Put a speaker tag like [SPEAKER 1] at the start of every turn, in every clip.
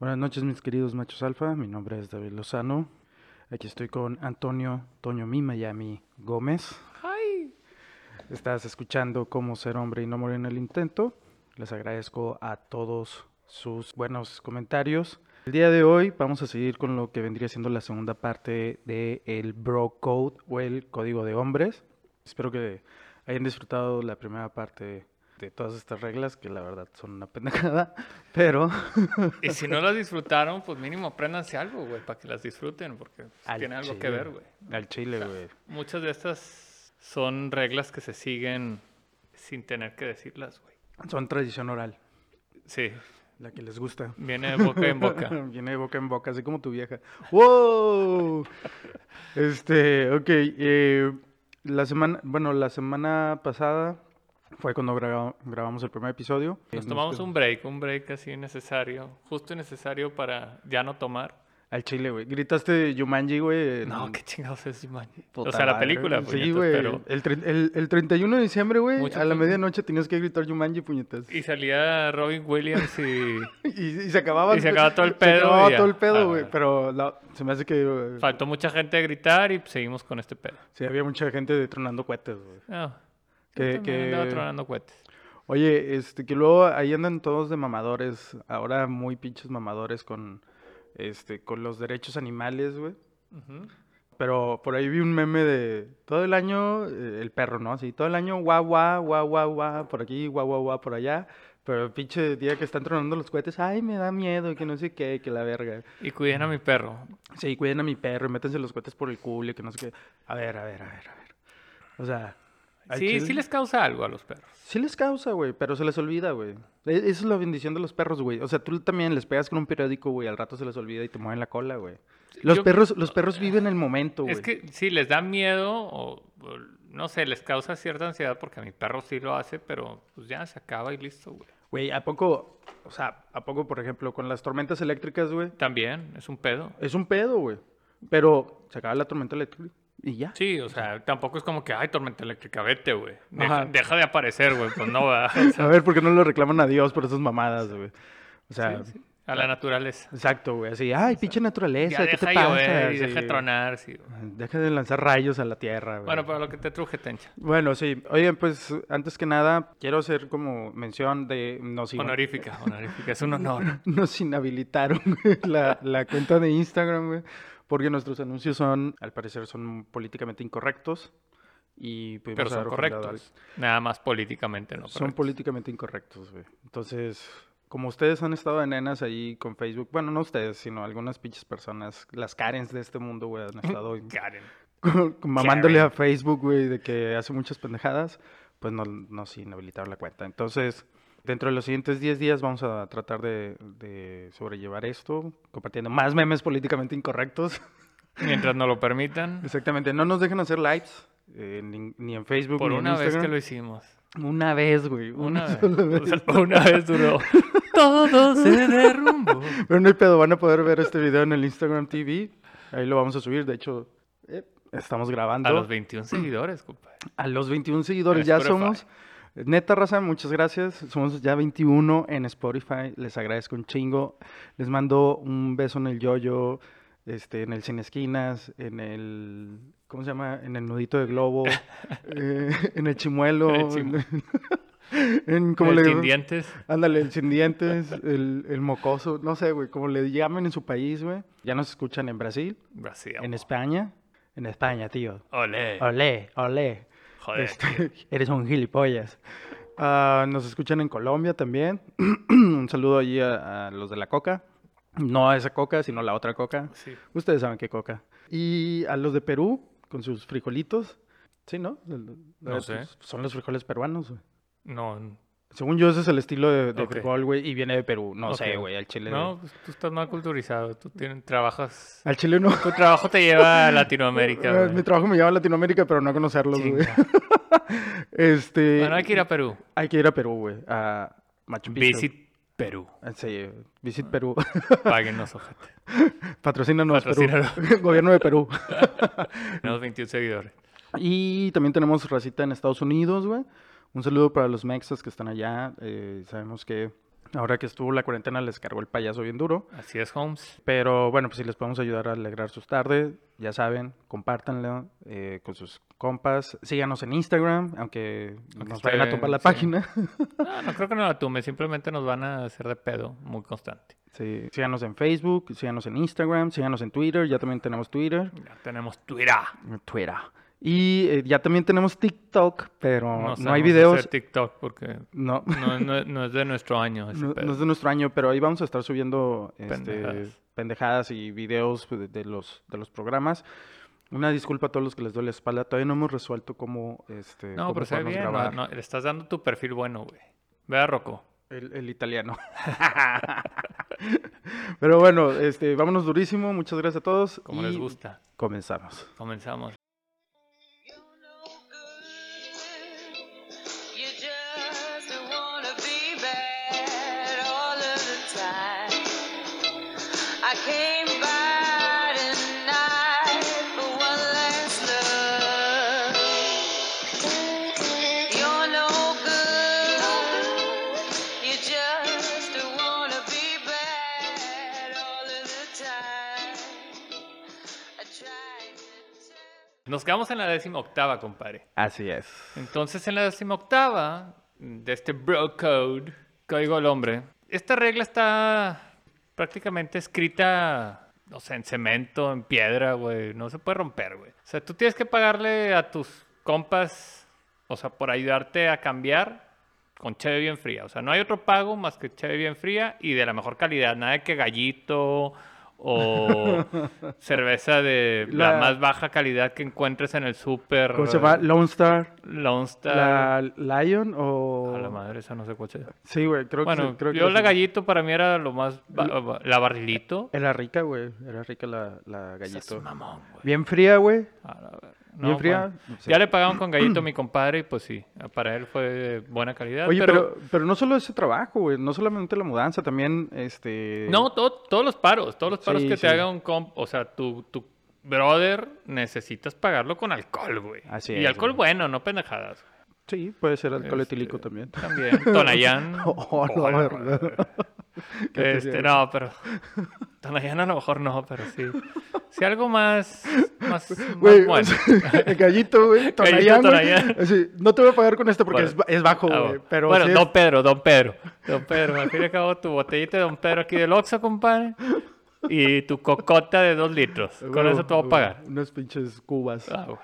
[SPEAKER 1] Buenas noches, mis queridos machos alfa. Mi nombre es David Lozano. Aquí estoy con Antonio Toño Mi Miami Gómez.
[SPEAKER 2] ¡Ay!
[SPEAKER 1] Estás escuchando Cómo ser hombre y no morir en el intento. Les agradezco a todos sus buenos comentarios. El día de hoy vamos a seguir con lo que vendría siendo la segunda parte del el Bro Code o el Código de Hombres. Espero que hayan disfrutado la primera parte de todas estas reglas, que la verdad son una pendejada, pero
[SPEAKER 2] Y si no las disfrutaron, pues mínimo apréndanse algo, güey, para que las disfruten, porque pues,
[SPEAKER 1] Al
[SPEAKER 2] tiene algo que
[SPEAKER 1] chile.
[SPEAKER 2] ver, güey.
[SPEAKER 1] al chile, güey.
[SPEAKER 2] Muchas de estas son reglas que se siguen sin tener que decirlas, güey.
[SPEAKER 1] Son tradición oral,
[SPEAKER 2] Sí,
[SPEAKER 1] la que les gusta.
[SPEAKER 2] viene de boca en boca.
[SPEAKER 1] Viene de boca en boca, así como tu vieja. ¡Wow! Este, ok. eh, la semana, bueno, la semana pasada fue cuando graba- grabamos el primer episodio. Este,
[SPEAKER 2] Nos tomamos un break, un break así necesario, justo y necesario para ya no tomar.
[SPEAKER 1] Al chile, güey. Gritaste Yumanji, güey. en-
[SPEAKER 2] No, qué chingados es Jumanji?
[SPEAKER 1] Puta
[SPEAKER 2] O sea, la
[SPEAKER 1] madre.
[SPEAKER 2] película,
[SPEAKER 1] Sí,
[SPEAKER 2] puñetas,
[SPEAKER 1] güey.
[SPEAKER 2] pero...
[SPEAKER 1] El, tre- el- el 31 de diciembre, güey,
[SPEAKER 2] Mucho
[SPEAKER 1] a la
[SPEAKER 2] tiempo.
[SPEAKER 1] medianoche tenías que gritar Yumanji, puñetas.
[SPEAKER 2] Y salía Robin Williams y
[SPEAKER 1] Y, y se acababa.
[SPEAKER 2] Y se acaba todo el
[SPEAKER 1] Se
[SPEAKER 2] pedo y
[SPEAKER 1] acababa
[SPEAKER 2] ya.
[SPEAKER 1] todo el pedo,
[SPEAKER 2] Ah,
[SPEAKER 1] güey.
[SPEAKER 2] bueno.
[SPEAKER 1] Pero la- se me hace que. eh,
[SPEAKER 2] faltó mucha gente a gritar y seguimos con este pedo.
[SPEAKER 1] Sí, había mucha gente de tronando cohetes, güey.
[SPEAKER 2] Ah,
[SPEAKER 1] Que-
[SPEAKER 2] yo también andaba
[SPEAKER 1] que-
[SPEAKER 2] tronando cohetes.
[SPEAKER 1] Oye, este, que luego ahí andan todos de mamadores, ahora muy pinches mamadores con, este, con los derechos animales, güey.
[SPEAKER 2] Ujú.
[SPEAKER 1] Pero por ahí vi un meme de todo el año, eh, el perro, ¿no? Así, todo el año, guau, guau, guau, guau, guau, por aquí, guau, guau, guau, por allá. Pero el pinche día que están tronando los cohetes, ay, me da miedo, y que no sé qué, que la verga.
[SPEAKER 2] Y cuiden a mi perro.
[SPEAKER 1] Sí, cuiden a mi perro, y métanse los cohetes por el culo, y que no sé qué. A ver, a ver, a ver, a ver. O sea, al
[SPEAKER 2] Sí,
[SPEAKER 1] chile-
[SPEAKER 2] sí les causa algo a los perros.
[SPEAKER 1] Sí les causa, güey, pero se les olvida, güey. E- Esa es la bendición de los perros, güey. O sea, tú también les pegas con un periódico, güey, al rato se les olvida y te mueven la cola, güey. Los
[SPEAKER 2] Yo-
[SPEAKER 1] perros, los perros viven el momento, güey.
[SPEAKER 2] Es que sí, les da miedo o, o no sé, les causa cierta ansiedad porque a mi perro sí lo hace, pero pues ya se acaba y listo, güey.
[SPEAKER 1] Güey, ¿a poco? O sea, ¿a poco, por ejemplo, con las tormentas eléctricas, güey?
[SPEAKER 2] También es un pedo.
[SPEAKER 1] Es un pedo, güey. Pero se acaba la tormenta eléctrica y ya.
[SPEAKER 2] Sí, o sea, tampoco es como que, ay, tormenta eléctrica, vete, güey.
[SPEAKER 1] Ajá.
[SPEAKER 2] Deja, deja de aparecer, güey. Pues no va. O sea,
[SPEAKER 1] A ver, ¿por qué no le reclaman a Dios por esas mamadas, güey? O sea,
[SPEAKER 2] a la naturaleza.
[SPEAKER 1] exacto, güey. Así, ay, pinche naturaleza, ¿qué
[SPEAKER 2] Ya deja
[SPEAKER 1] te pasa?
[SPEAKER 2] llover y
[SPEAKER 1] Sí.
[SPEAKER 2] deja tronar, sí. güey.
[SPEAKER 1] Deja de lanzar rayos a la tierra, güey.
[SPEAKER 2] Bueno, para lo que te truje, Tencha.
[SPEAKER 1] Bueno, sí. Oigan, pues antes que nada, quiero hacer como mención de nos, in-
[SPEAKER 2] Honorífica, honorífica. Es un honor.
[SPEAKER 1] nos inhabilitaron güey, la, la cuenta de Instagram, güey, porque nuestros anuncios son, al parecer, son políticamente incorrectos y pudimos
[SPEAKER 2] Pero son
[SPEAKER 1] haber ofendido a
[SPEAKER 2] correctos. Nada más políticamente, ¿no?
[SPEAKER 1] alguien. Son políticamente incorrectos, güey. Entonces, como ustedes han estado de nenas ahí con Facebook, bueno, no ustedes, sino algunas pinches personas, las Karens de este mundo, güey, han estado
[SPEAKER 2] Karen.
[SPEAKER 1] con- mamándole a Facebook, güey, de que hace muchas pendejadas, pues no- nos inhabilitaron la cuenta. Entonces, dentro de los siguientes 10 días vamos a tratar de, de sobrellevar esto, compartiendo más memes políticamente incorrectos.
[SPEAKER 2] Mientras no lo permitan.
[SPEAKER 1] Exactamente, no nos dejen hacer lives, eh, ni, ni en Facebook,
[SPEAKER 2] Por
[SPEAKER 1] ni en
[SPEAKER 2] una vez que
[SPEAKER 1] Instagram.
[SPEAKER 2] lo hicimos.
[SPEAKER 1] Una vez, güey, una,
[SPEAKER 2] Una vez.
[SPEAKER 1] sola
[SPEAKER 2] O
[SPEAKER 1] vez.
[SPEAKER 2] sea, una vez duró. Todo se derrumbó.
[SPEAKER 1] Pero no hay pedo, van a poder ver este video en el Instagram TV, ahí lo vamos a subir, de hecho, eh, estamos grabando.
[SPEAKER 2] A los 21 seguidores, compadre.
[SPEAKER 1] A los 21 seguidores
[SPEAKER 2] En
[SPEAKER 1] ya
[SPEAKER 2] Spotify.
[SPEAKER 1] somos. Neta raza, muchas gracias. Somos ya 21 en Spotify. Les agradezco un chingo. Les mando un beso en el yoyo, este, en el sin esquinas, en el ¿cómo se llama? En el nudito de globo, eh, en el chimuelo,
[SPEAKER 2] En
[SPEAKER 1] en,
[SPEAKER 2] el chimuelo.
[SPEAKER 1] en- ¿cómo
[SPEAKER 2] Como
[SPEAKER 1] le
[SPEAKER 2] Sin dientes.
[SPEAKER 1] Ándale, el sin dientes, el, el mocoso, no sé, güey, como le llamen en su país, güey. Ya nos escuchan en Brasil,
[SPEAKER 2] Brasil.
[SPEAKER 1] en Ah, España, en España, tío.
[SPEAKER 2] Olé.
[SPEAKER 1] Olé, olé.
[SPEAKER 2] Joder.
[SPEAKER 1] Este, eres un gilipollas. Ah, nos escuchan en Colombia también. un saludo allí a, a los de la coca. No a esa coca, sino a la otra coca.
[SPEAKER 2] Sí.
[SPEAKER 1] Ustedes saben qué coca. Y a los de Perú, con sus frijolitos. Sí, ¿no? El-
[SPEAKER 2] No
[SPEAKER 1] eh,
[SPEAKER 2] sé.
[SPEAKER 1] pues, Son los frijoles peruanos, güey.
[SPEAKER 2] No.
[SPEAKER 1] Según yo, ese es el estilo de, de
[SPEAKER 2] Ok.
[SPEAKER 1] frijol, güey, y viene de Perú. No
[SPEAKER 2] Ok.
[SPEAKER 1] sé, güey, al chile.
[SPEAKER 2] No, pues, tú estás mal culturizado. Tú tienes, trabajas.
[SPEAKER 1] Al chile no. Eh,
[SPEAKER 2] Tu trabajo te lleva a Latinoamérica.
[SPEAKER 1] Mi
[SPEAKER 2] güey.
[SPEAKER 1] trabajo me lleva a Latinoamérica, pero no a conocerlos, güey.
[SPEAKER 2] Chinga.
[SPEAKER 1] Este,
[SPEAKER 2] Bueno, hay que ir a Perú.
[SPEAKER 1] hay que ir a Perú, güey. A Machu Picchu.
[SPEAKER 2] Visit Perú.
[SPEAKER 1] Ah, Sí, Visit Perú.
[SPEAKER 2] Páguenos, ojete.
[SPEAKER 1] Patrocínanos, Perú.
[SPEAKER 2] Patrocínanos.
[SPEAKER 1] Gobierno de Perú.
[SPEAKER 2] Tenemos 21 seguidores.
[SPEAKER 1] Y también tenemos racita en Estados Unidos, güey. Un saludo para los mexas que están allá. Eh, sabemos que Ahora que estuvo la cuarentena les cargó el payaso bien duro.
[SPEAKER 2] Así es, Holmes.
[SPEAKER 1] Pero bueno, pues si les podemos ayudar a alegrar sus tardes, ya saben, compártanlo eh, con sus compas. Síganos en Instagram, aunque,
[SPEAKER 2] Aunque
[SPEAKER 1] nos
[SPEAKER 2] esté-
[SPEAKER 1] vayan a tomar la
[SPEAKER 2] sí.
[SPEAKER 1] página.
[SPEAKER 2] No, no creo que no la tume, simplemente nos van a hacer de pedo muy constante.
[SPEAKER 1] Sí, Síganos en Facebook, síganos en Instagram, síganos en Twitter, ya también tenemos Twitter.
[SPEAKER 2] Ya tenemos Twitter.
[SPEAKER 1] Twitter. Y eh, ya también tenemos TikTok, pero no, hay
[SPEAKER 2] sabemos
[SPEAKER 1] videos.
[SPEAKER 2] hacer TikTok porque
[SPEAKER 1] No,
[SPEAKER 2] no, no- no es de nuestro año. ese
[SPEAKER 1] no, no
[SPEAKER 2] pedo.
[SPEAKER 1] es de nuestro año, pero ahí vamos a estar subiendo este, pendejadas.
[SPEAKER 2] Pendejadas.
[SPEAKER 1] y videos de, de los, de los programas. Una disculpa a todos los que les duele la espalda. Todavía no hemos resuelto cómo, este,
[SPEAKER 2] No,
[SPEAKER 1] cómo
[SPEAKER 2] pero se ve
[SPEAKER 1] podernos
[SPEAKER 2] bien. No,
[SPEAKER 1] grabar
[SPEAKER 2] no, le estás dando tu perfil bueno, güey. Vea, Rocco.
[SPEAKER 1] El, el italiano. pero bueno, este, vámonos durísimo. Muchas gracias a todos.
[SPEAKER 2] Como
[SPEAKER 1] y
[SPEAKER 2] les gusta.
[SPEAKER 1] Comenzamos.
[SPEAKER 2] Comenzamos.
[SPEAKER 3] You're no good. You just wanna be bad all of the time. I came by tonight for one last look. You're no good. You just wanna be bad all of the time. I tried to tell.
[SPEAKER 2] Nos quedamos en la décima octava, compadre.
[SPEAKER 1] Así es.
[SPEAKER 2] Entonces, en la décima octava de este Bro Code, Código del Hombre, esta regla está prácticamente escrita, o sea, en cemento, en piedra, güey. No se puede romper, güey. O sea, tú tienes que pagarle a tus compas, o sea, por ayudarte a cambiar con cheve bien fría. O sea, no hay otro pago más que cheve bien fría y de la mejor calidad. Nada de que gallito o cerveza de la,
[SPEAKER 1] La-
[SPEAKER 2] más baja calidad que encuentres en el súper.
[SPEAKER 1] ¿Cómo se llama? Lone Star.
[SPEAKER 2] Lone Star.
[SPEAKER 1] ¿La Lion o...?
[SPEAKER 2] A la madre, esa no sé cuál sea.
[SPEAKER 1] Sí, güey, creo que...
[SPEAKER 2] Bueno,
[SPEAKER 1] sí, creo que
[SPEAKER 2] yo
[SPEAKER 1] sí.
[SPEAKER 2] la gallito para mí era lo más... ba- ba- la barrilito.
[SPEAKER 1] Era rica, güey. Era rica la, la
[SPEAKER 2] Estás
[SPEAKER 1] gallito.
[SPEAKER 2] mamón, güey.
[SPEAKER 1] Bien fría, güey.
[SPEAKER 2] A la ver-
[SPEAKER 1] Bien
[SPEAKER 2] no,
[SPEAKER 1] fría,
[SPEAKER 2] bueno.
[SPEAKER 1] sí.
[SPEAKER 2] Ya le pagaban con gallito a mi compadre y pues sí, para él fue de buena calidad.
[SPEAKER 1] Oye,
[SPEAKER 2] Ah, pero,
[SPEAKER 1] pero, pero, no solo ese trabajo, güey. No solamente la mudanza, también, este...
[SPEAKER 2] No, to- todos los paros, todos los paros
[SPEAKER 1] Sí,
[SPEAKER 2] que
[SPEAKER 1] sí.
[SPEAKER 2] te haga un comp, o sea, tu, tu brother necesitas pagarlo con alcohol, güey.
[SPEAKER 1] Así
[SPEAKER 2] y
[SPEAKER 1] es,
[SPEAKER 2] alcohol
[SPEAKER 1] güey.
[SPEAKER 2] bueno, no pendejadas.
[SPEAKER 1] Sí, puede ser alcohol
[SPEAKER 2] Este,
[SPEAKER 1] etílico también.
[SPEAKER 2] También, Tonayán.
[SPEAKER 1] Oh, la
[SPEAKER 2] Ojalá,
[SPEAKER 1] verga.
[SPEAKER 2] güey.
[SPEAKER 1] Qué
[SPEAKER 2] Este,
[SPEAKER 1] especial.
[SPEAKER 2] no, pero Tonayán a lo mejor no, pero sí. Si algo más, más, más
[SPEAKER 1] Güey,
[SPEAKER 2] bueno.
[SPEAKER 1] el gallito, güey. Tonayán, güey.
[SPEAKER 2] Tonayán.
[SPEAKER 1] Así, no te voy a pagar con esto porque
[SPEAKER 2] Bueno.
[SPEAKER 1] es, ba- es bajo,
[SPEAKER 2] Ah,
[SPEAKER 1] güey.
[SPEAKER 2] bueno.
[SPEAKER 1] Pero
[SPEAKER 2] bueno,
[SPEAKER 1] sí es-
[SPEAKER 2] Don Pedro, Don Pedro. Don Pedro, al fin y al cabo tu botellita de Don Pedro aquí del Oxxo, compadre. Y tu cocota de dos litros. Con
[SPEAKER 1] güey,
[SPEAKER 2] eso te voy a
[SPEAKER 1] güey,
[SPEAKER 2] pagar.
[SPEAKER 1] Unas pinches cubas.
[SPEAKER 2] Ah, güey.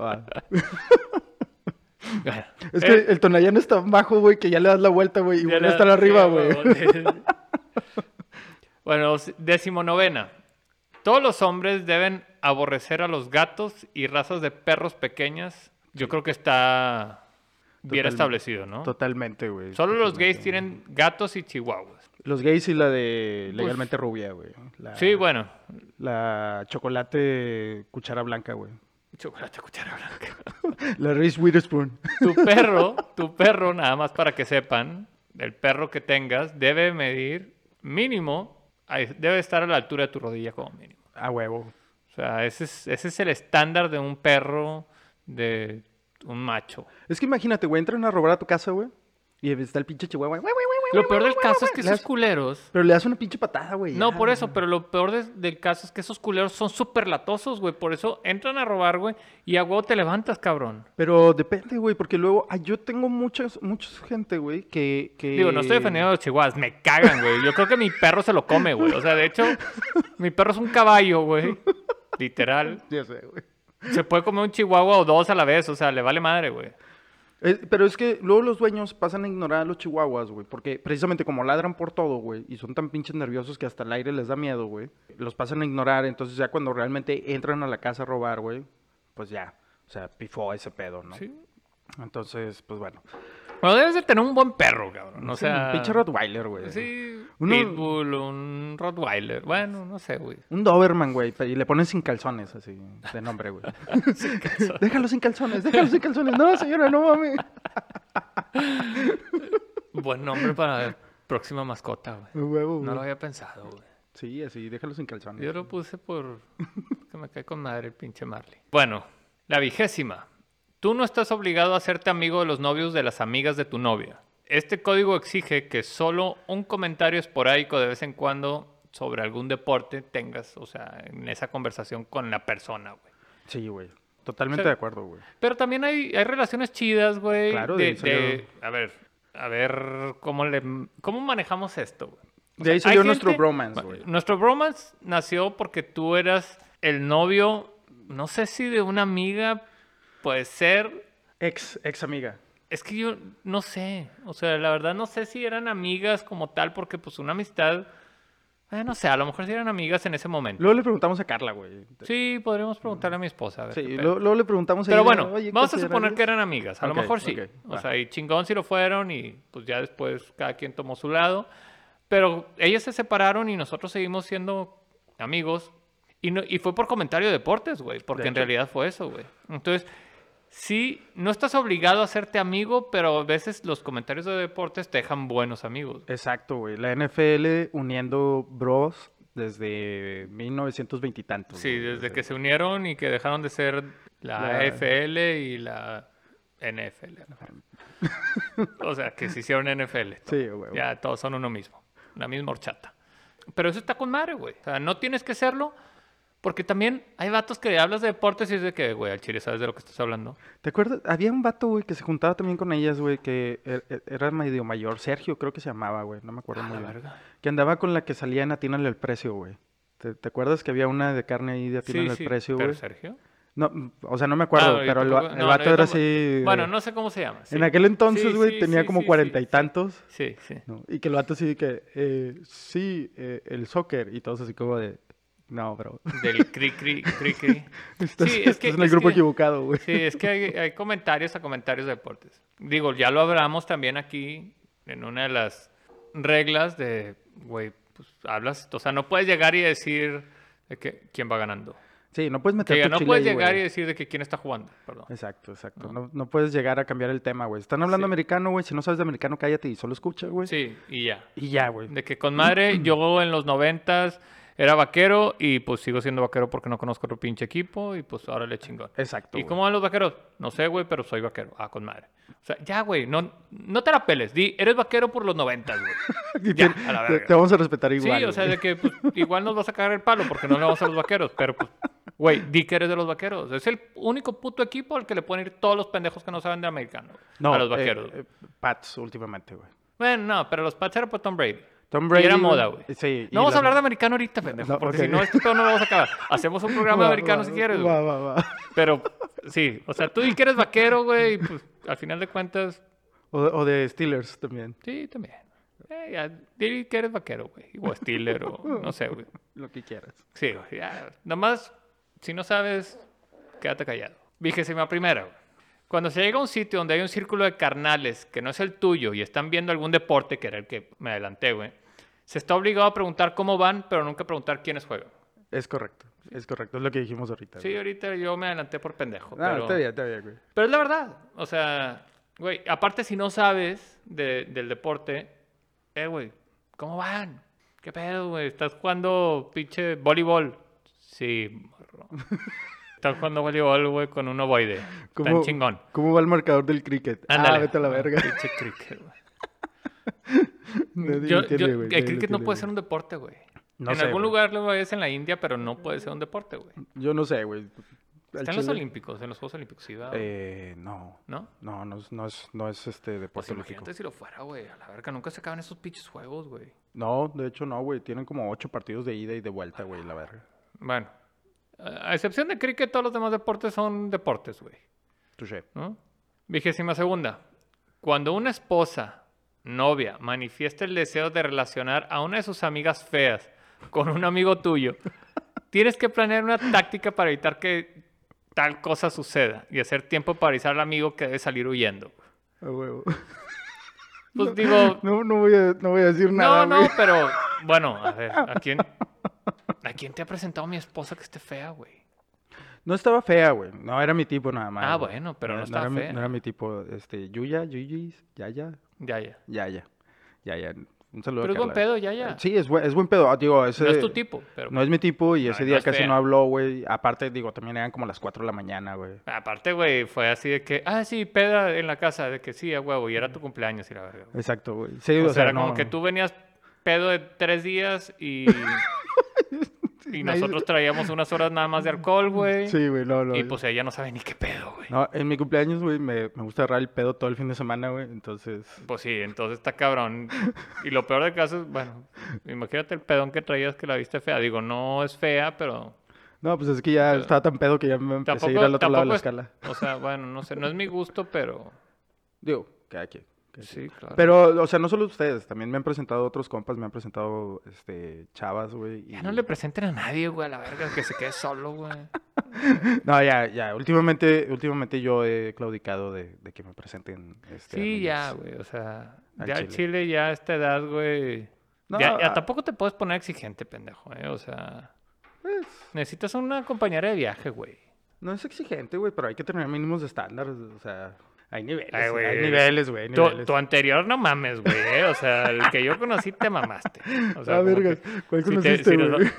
[SPEAKER 1] Ah.
[SPEAKER 2] Bueno,
[SPEAKER 1] Es
[SPEAKER 2] eh,
[SPEAKER 1] que el Tonayán es tan bajo, güey, que ya le das la vuelta, güey. Y
[SPEAKER 2] ya
[SPEAKER 1] vuelve a
[SPEAKER 2] la-
[SPEAKER 1] estar
[SPEAKER 2] sí,
[SPEAKER 1] arriba,
[SPEAKER 2] a
[SPEAKER 1] güey.
[SPEAKER 2] huevo. bueno, s- decimonovena. Todos los hombres deben aborrecer a los gatos y razas de perros pequeñas. Yo creo que está bien
[SPEAKER 1] Totalmente.
[SPEAKER 2] establecido, ¿no?
[SPEAKER 1] Totalmente, güey.
[SPEAKER 2] Solo los
[SPEAKER 1] totalmente.
[SPEAKER 2] gays tienen gatos y chihuahuas.
[SPEAKER 1] Los gays y la de legalmente rubia, güey. La-
[SPEAKER 2] Sí, bueno.
[SPEAKER 1] La chocolate cuchara blanca, güey.
[SPEAKER 2] Chocolate, cuchara blanca.
[SPEAKER 1] La Reese Witherspoon.
[SPEAKER 2] Tu perro, tu perro, nada más para que sepan, el perro que tengas debe medir mínimo, ahí- debe estar a la altura de tu rodilla como mínimo.
[SPEAKER 1] A huevo.
[SPEAKER 2] O sea, ese es, ese es el estándar de un perro, de un macho.
[SPEAKER 1] Es que imagínate, güey, entran a robar a tu casa, güey. Y está el pinche chihuahua. güey, güey, güey, güey,
[SPEAKER 2] Lo
[SPEAKER 1] güey,
[SPEAKER 2] peor del
[SPEAKER 1] güey,
[SPEAKER 2] caso
[SPEAKER 1] güey,
[SPEAKER 2] es que
[SPEAKER 1] güey. Le
[SPEAKER 2] esos
[SPEAKER 1] das-
[SPEAKER 2] culeros...
[SPEAKER 1] Pero le das una pinche patada, güey.
[SPEAKER 2] No,
[SPEAKER 1] ya,
[SPEAKER 2] por
[SPEAKER 1] güey.
[SPEAKER 2] eso, pero lo peor des- del caso es que esos culeros son súper latosos, güey. Por eso entran a robar, güey, y a huevo te levantas, cabrón.
[SPEAKER 1] Pero depende, güey, porque luego... ay, yo tengo muchas, muchas gente, güey, que, que...
[SPEAKER 2] Digo, no estoy defendiendo a los chihuahuas, me cagan, güey. Yo creo que mi perro se lo come, güey. O sea, de hecho, mi perro es un caballo, güey. Literal.
[SPEAKER 1] Ya sé, güey.
[SPEAKER 2] Se puede comer un chihuahua o dos a la vez, o sea, le vale madre, güey.
[SPEAKER 1] Eh, pero es que luego los dueños pasan a ignorar a los chihuahuas, güey, porque precisamente como ladran por todo, güey, y son tan pinches nerviosos que hasta el aire les da miedo, güey, los pasan a ignorar, entonces ya cuando realmente entran a la casa a robar, güey, pues ya, o sea, pifó ese pedo, ¿no?
[SPEAKER 2] Sí.
[SPEAKER 1] Entonces, pues bueno.
[SPEAKER 2] Bueno, debes de tener un buen perro, cabrón. O
[SPEAKER 1] Sí, un
[SPEAKER 2] sea,
[SPEAKER 1] pinche Rottweiler, güey.
[SPEAKER 2] Sí,
[SPEAKER 1] Uno-
[SPEAKER 2] pitbull, un Rottweiler. Bueno, no sé, güey.
[SPEAKER 1] Un Doberman, güey, pe- y le ponen sin calzones, así, de nombre, güey. déjalo sin calzones, déjalo sin calzones. No, señora, no mames.
[SPEAKER 2] Buen nombre para la próxima mascota, güey.
[SPEAKER 1] Huevo,
[SPEAKER 2] No
[SPEAKER 1] güey.
[SPEAKER 2] lo había pensado, güey.
[SPEAKER 1] Sí, así, déjalo sin calzones.
[SPEAKER 2] Yo lo puse por que me cae con madre el pinche Marley. Bueno, la vigésima. Tú no estás obligado a hacerte amigo de los novios de las amigas de tu novia. Este código exige que solo un comentario esporádico de vez en cuando sobre algún deporte tengas, o sea, en esa conversación con la persona, güey.
[SPEAKER 1] Sí, güey. Totalmente
[SPEAKER 2] Sí.
[SPEAKER 1] de acuerdo, güey.
[SPEAKER 2] Pero también hay, hay relaciones chidas, güey.
[SPEAKER 1] Claro, de
[SPEAKER 2] de,
[SPEAKER 1] ahí salió-
[SPEAKER 2] de- A ver, a ver cómo, le, cómo manejamos esto, güey. O
[SPEAKER 1] De ahí
[SPEAKER 2] sea,
[SPEAKER 1] salió
[SPEAKER 2] hay
[SPEAKER 1] nuestro
[SPEAKER 2] gente-
[SPEAKER 1] bromance, güey.
[SPEAKER 2] Nuestro bromance nació porque tú eras el novio, no sé si de una amiga, puede ser.
[SPEAKER 1] Ex, ex amiga.
[SPEAKER 2] Es que yo no sé, o sea, la verdad no sé si eran amigas como tal, porque pues una amistad, eh, no sé, a lo mejor si eran amigas en ese momento.
[SPEAKER 1] Luego le preguntamos a Carla, güey.
[SPEAKER 2] Sí, podríamos preguntarle a mi esposa. a ver
[SPEAKER 1] Sí,
[SPEAKER 2] qué
[SPEAKER 1] y
[SPEAKER 2] pedo.
[SPEAKER 1] luego, luego le preguntamos a
[SPEAKER 2] Pero
[SPEAKER 1] ella,
[SPEAKER 2] bueno,
[SPEAKER 1] "Oye,
[SPEAKER 2] vamos a suponer que
[SPEAKER 1] ¿considerarías?"
[SPEAKER 2] eran amigas. A
[SPEAKER 1] Ok,
[SPEAKER 2] lo mejor sí.
[SPEAKER 1] ok,
[SPEAKER 2] o
[SPEAKER 1] va.
[SPEAKER 2] sea, y chingón si lo fueron y pues ya después cada quien tomó su lado. Pero ellas se separaron y nosotros seguimos siendo amigos. Y, no- y fue por comentario de deportes, güey. Porque
[SPEAKER 1] De
[SPEAKER 2] en
[SPEAKER 1] hecho.
[SPEAKER 2] realidad fue eso, güey. Entonces, sí, no estás obligado a hacerte amigo, pero a veces los comentarios de deportes te dejan buenos amigos.
[SPEAKER 1] Exacto, güey. La NFL uniendo bros desde 1920 y tantos.
[SPEAKER 2] Sí,
[SPEAKER 1] güey.
[SPEAKER 2] desde que se unieron y que dejaron de ser la,
[SPEAKER 1] La-
[SPEAKER 2] AFL y la NFL. o sea, que se hicieron NFL.
[SPEAKER 1] Sí, güey.
[SPEAKER 2] Ya todos son uno mismo, la misma horchata. Pero eso está con madre, güey. O sea, no tienes que serlo porque también hay vatos que hablas de deportes y es de que, güey, al chile sabes de lo que estás hablando.
[SPEAKER 1] ¿Te acuerdas? Había un vato, güey, que se juntaba también con ellas, güey, que er- er- era medio mayor. Sergio, creo que se llamaba, güey. No me acuerdo
[SPEAKER 2] Ah,
[SPEAKER 1] muy
[SPEAKER 2] la
[SPEAKER 1] bien.
[SPEAKER 2] verga.
[SPEAKER 1] Que andaba con la que salía en Atínale el precio, güey. ¿Te, te acuerdas que había una de carne ahí de Atínale
[SPEAKER 2] Sí,
[SPEAKER 1] al
[SPEAKER 2] sí,
[SPEAKER 1] precio,
[SPEAKER 2] pero
[SPEAKER 1] güey?
[SPEAKER 2] Sergio.
[SPEAKER 1] No, mm, o sea, no me acuerdo,
[SPEAKER 2] Ah, y
[SPEAKER 1] pero el, va-
[SPEAKER 2] tampoco-
[SPEAKER 1] el
[SPEAKER 2] no, no,
[SPEAKER 1] vato
[SPEAKER 2] yo
[SPEAKER 1] era
[SPEAKER 2] tampoco-
[SPEAKER 1] así. de-
[SPEAKER 2] Bueno, no sé cómo se llama. sí.
[SPEAKER 1] En aquel entonces,
[SPEAKER 2] Sí,
[SPEAKER 1] güey,
[SPEAKER 2] sí,
[SPEAKER 1] tenía
[SPEAKER 2] sí,
[SPEAKER 1] como
[SPEAKER 2] sí,
[SPEAKER 1] cuarenta
[SPEAKER 2] sí,
[SPEAKER 1] y tantos.
[SPEAKER 2] Sí, sí.
[SPEAKER 1] ¿no? Y que el vato así de que, eh, sí, eh, el soccer. Y todos así como de, no, bro. Este
[SPEAKER 2] Del cri cri cri cri.
[SPEAKER 1] Estás,
[SPEAKER 2] Sí, es
[SPEAKER 1] estás
[SPEAKER 2] que-
[SPEAKER 1] en el
[SPEAKER 2] es
[SPEAKER 1] grupo
[SPEAKER 2] que-
[SPEAKER 1] equivocado, güey.
[SPEAKER 2] Sí, es que hay, hay comentarios a comentarios de deportes. Digo, ya lo hablamos también aquí en una de las reglas de, güey, pues hablas, o sea, no puedes llegar y decir de que quién va ganando.
[SPEAKER 1] Sí, no puedes meter
[SPEAKER 2] Que
[SPEAKER 1] tu
[SPEAKER 2] no
[SPEAKER 1] chile
[SPEAKER 2] puedes
[SPEAKER 1] ahí,
[SPEAKER 2] llegar
[SPEAKER 1] güey.
[SPEAKER 2] y decir de que quién está jugando, perdón.
[SPEAKER 1] Exacto, exacto.
[SPEAKER 2] No.
[SPEAKER 1] No. no puedes llegar a cambiar el tema, güey. Están hablando
[SPEAKER 2] Sí.
[SPEAKER 1] americano, güey. Si no sabes de americano, cállate y solo escucha, güey.
[SPEAKER 2] Sí, y ya.
[SPEAKER 1] Y ya, güey.
[SPEAKER 2] De que con madre, yo en los noventas era vaquero y pues sigo siendo vaquero porque no conozco otro pinche equipo y pues ahora le chingón.
[SPEAKER 1] Exacto.
[SPEAKER 2] ¿Y
[SPEAKER 1] güey.
[SPEAKER 2] cómo van los vaqueros? No sé, güey, pero soy vaquero. Ah, con madre. O sea, ya, güey, no, no te la peles. Di, eres vaquero por los noventas, güey.
[SPEAKER 1] Y
[SPEAKER 2] Ya,
[SPEAKER 1] te-
[SPEAKER 2] a la
[SPEAKER 1] te,
[SPEAKER 2] verga.
[SPEAKER 1] te vamos a respetar igual.
[SPEAKER 2] sí, o sea,
[SPEAKER 1] güey.
[SPEAKER 2] de que pues, igual nos vas a cagar el palo porque no le vamos a los vaqueros, pero pues, güey, di que eres de los vaqueros. Es el único puto equipo al que le pueden ir todos los pendejos que no saben de americano.
[SPEAKER 1] No,
[SPEAKER 2] a los
[SPEAKER 1] eh,
[SPEAKER 2] vaqueros.
[SPEAKER 1] eh, Pats últimamente, güey.
[SPEAKER 2] Bueno, no, pero los Pats eran por Tom Brady.
[SPEAKER 1] Tom Brady.
[SPEAKER 2] y era moda, güey.
[SPEAKER 1] Sí. y
[SPEAKER 2] No vamos
[SPEAKER 1] las-
[SPEAKER 2] a hablar de americano ahorita, pendejo,
[SPEAKER 1] No,
[SPEAKER 2] porque
[SPEAKER 1] ok.
[SPEAKER 2] si no, este pedo no lo vamos a acabar. Hacemos un programa
[SPEAKER 1] Va,
[SPEAKER 2] de americano
[SPEAKER 1] va,
[SPEAKER 2] si quieres, güey.
[SPEAKER 1] Va, va, va.
[SPEAKER 2] Pero sí, o sea, tú di que eres vaquero, güey, y pues al final de cuentas,
[SPEAKER 1] O, o de Steelers también.
[SPEAKER 2] sí, también. Eh, ya, di que eres vaquero, güey, o Steeler, o no sé, güey.
[SPEAKER 1] Lo que quieras.
[SPEAKER 2] Sí, güey, ya. Nomás, si no sabes, quédate callado. Vigésima primera, güey. Cuando se llega a un sitio donde hay un círculo de carnales que no es el tuyo y están viendo algún deporte, que era el que me adelanté, güey, se está obligado a preguntar cómo van, pero nunca preguntar quiénes juegan.
[SPEAKER 1] Es correcto. Es correcto. Es lo que dijimos ahorita.
[SPEAKER 2] Sí,
[SPEAKER 1] güey.
[SPEAKER 2] ahorita yo me adelanté por pendejo.
[SPEAKER 1] Ah,
[SPEAKER 2] pero...
[SPEAKER 1] está bien, está bien, güey.
[SPEAKER 2] Pero es la verdad. O sea, güey, aparte si no sabes de- del deporte, eh, güey, ¿cómo van? ¿Qué pedo, güey? ¿Estás jugando pinche voleibol? Sí, morro. Estás jugando voleibol, güey, con un ovoide. Tan
[SPEAKER 1] ¿Cómo-
[SPEAKER 2] chingón.
[SPEAKER 1] ¿Cómo va el marcador del cricket?
[SPEAKER 2] Ándale.
[SPEAKER 1] Ah, vete a la
[SPEAKER 2] Ah,
[SPEAKER 1] verga.
[SPEAKER 2] Pinche cricket, güey.
[SPEAKER 1] Nadie
[SPEAKER 2] Yo-
[SPEAKER 1] entiende,
[SPEAKER 2] yo-
[SPEAKER 1] güey, nadie
[SPEAKER 2] el
[SPEAKER 1] lo
[SPEAKER 2] cricket no
[SPEAKER 1] entiende,
[SPEAKER 2] puede
[SPEAKER 1] güey.
[SPEAKER 2] ser un deporte, güey.
[SPEAKER 1] No
[SPEAKER 2] en
[SPEAKER 1] sé,
[SPEAKER 2] algún
[SPEAKER 1] güey.
[SPEAKER 2] lugar lo es en la India, pero no puede ser un deporte, güey.
[SPEAKER 1] Yo no sé, güey. Al
[SPEAKER 2] Está en los
[SPEAKER 1] chile-
[SPEAKER 2] Olímpicos, en los Juegos Olímpicos, sí, va, güey.
[SPEAKER 1] Eh, no.
[SPEAKER 2] ¿no?
[SPEAKER 1] No, no, es- no es, no es este
[SPEAKER 2] Pues
[SPEAKER 1] deporte olímpico.
[SPEAKER 2] imagínate si lo fuera, güey. A la verga, nunca se acaban esos pinches juegos, güey.
[SPEAKER 1] No, de hecho no, güey. Tienen como ocho partidos de ida y de vuelta, güey, la verga.
[SPEAKER 2] Bueno, a a excepción de cricket, todos los demás deportes son deportes, güey.
[SPEAKER 1] Touché.
[SPEAKER 2] ¿no? Vigésima segunda. Cuando una esposa, novia, manifiesta el deseo de relacionar a una de sus amigas feas con un amigo tuyo, tienes que planear una táctica para evitar que tal cosa suceda y hacer tiempo para avisar al amigo que debe salir huyendo.
[SPEAKER 1] A huevo.
[SPEAKER 2] Pues digo,
[SPEAKER 1] No, no voy a, no voy a decir nada,
[SPEAKER 2] no,
[SPEAKER 1] güey.
[SPEAKER 2] no, pero bueno, a ver, ¿a quién, ¿a quién te ha presentado mi esposa que esté fea, güey?
[SPEAKER 1] No estaba fea, güey. No, era mi tipo nada más.
[SPEAKER 2] Ah,
[SPEAKER 1] güey.
[SPEAKER 2] bueno, pero no estaba
[SPEAKER 1] era mi-
[SPEAKER 2] fea.
[SPEAKER 1] no era mi tipo, este, Yuya, Yuyis, Yaya,
[SPEAKER 2] Ya, ya.
[SPEAKER 1] Yaya. Yaya. Un saludo a
[SPEAKER 2] Pero es buen
[SPEAKER 1] Carla.
[SPEAKER 2] pedo, ya, ya.
[SPEAKER 1] Sí, es buen, es buen pedo. Ah, Digo, ese,
[SPEAKER 2] no es tu tipo, pero...
[SPEAKER 1] No es mi tipo y ese
[SPEAKER 2] no
[SPEAKER 1] día
[SPEAKER 2] es
[SPEAKER 1] casi
[SPEAKER 2] fea.
[SPEAKER 1] no habló, güey. Aparte, digo, también eran como las 4 de la mañana, güey.
[SPEAKER 2] Aparte, güey, fue así de que, ah, sí, peda en la casa, de que sí, a huevo, y era tu cumpleaños y la verga. güey.
[SPEAKER 1] Exacto, güey. Sí,
[SPEAKER 2] O,
[SPEAKER 1] o,
[SPEAKER 2] sea,
[SPEAKER 1] sea,
[SPEAKER 2] era como
[SPEAKER 1] no.
[SPEAKER 2] que tú venías pedo de tres días y... y
[SPEAKER 1] Nadie-
[SPEAKER 2] nosotros traíamos unas horas nada más de alcohol, güey.
[SPEAKER 1] Sí, güey, no, no.
[SPEAKER 2] Y pues ella no sabe ni qué pedo, güey.
[SPEAKER 1] No, en mi cumpleaños, güey, me, me gusta agarrar el pedo todo el fin de semana, güey. Entonces,
[SPEAKER 2] Pues sí, entonces está cabrón. Y lo peor del caso es, bueno, imagínate el pedón que traías que la viste fea. Digo, no es fea, pero
[SPEAKER 1] no, pues es que ya estaba tan pedo que ya me empecé a ir
[SPEAKER 2] tampoco,
[SPEAKER 1] al otro lado de
[SPEAKER 2] tampoco
[SPEAKER 1] la
[SPEAKER 2] es-
[SPEAKER 1] escala.
[SPEAKER 2] O sea, bueno, no sé, no es mi gusto, pero
[SPEAKER 1] Digo, cada quien. cada quien.
[SPEAKER 2] sí, claro.
[SPEAKER 1] Pero, o sea, no solo ustedes, también me han presentado otros compas, me han presentado, este, chavas, güey. y-
[SPEAKER 2] Ya no le presenten a nadie, güey, a la verga, que se quede solo, güey.
[SPEAKER 1] No, ya, ya. Últimamente, últimamente yo he claudicado de, de que me presenten, este,
[SPEAKER 2] Sí, ya,
[SPEAKER 1] amigas.
[SPEAKER 2] güey, o sea,
[SPEAKER 1] Al
[SPEAKER 2] ya
[SPEAKER 1] chile.
[SPEAKER 2] Chile. Chile, ya a esta edad, güey.
[SPEAKER 1] No,
[SPEAKER 2] ya, ya
[SPEAKER 1] ah.
[SPEAKER 2] tampoco te puedes poner exigente, pendejo, eh, o sea.
[SPEAKER 1] Pues,
[SPEAKER 2] Necesitas una compañera de viaje, güey.
[SPEAKER 1] no es exigente, güey, pero hay que tener mínimos estándares, o sea, hay niveles,
[SPEAKER 2] Ay, güey.
[SPEAKER 1] hay niveles, güey, hay
[SPEAKER 2] Tu,
[SPEAKER 1] niveles.
[SPEAKER 2] tu anterior no mames, güey. ¿eh? O sea, el que yo conocí te mamaste. O sea,
[SPEAKER 1] Ah,
[SPEAKER 2] como
[SPEAKER 1] verga,
[SPEAKER 2] que-
[SPEAKER 1] ¿cuál
[SPEAKER 2] si te-
[SPEAKER 1] conociste,
[SPEAKER 2] si nos va-
[SPEAKER 1] güey?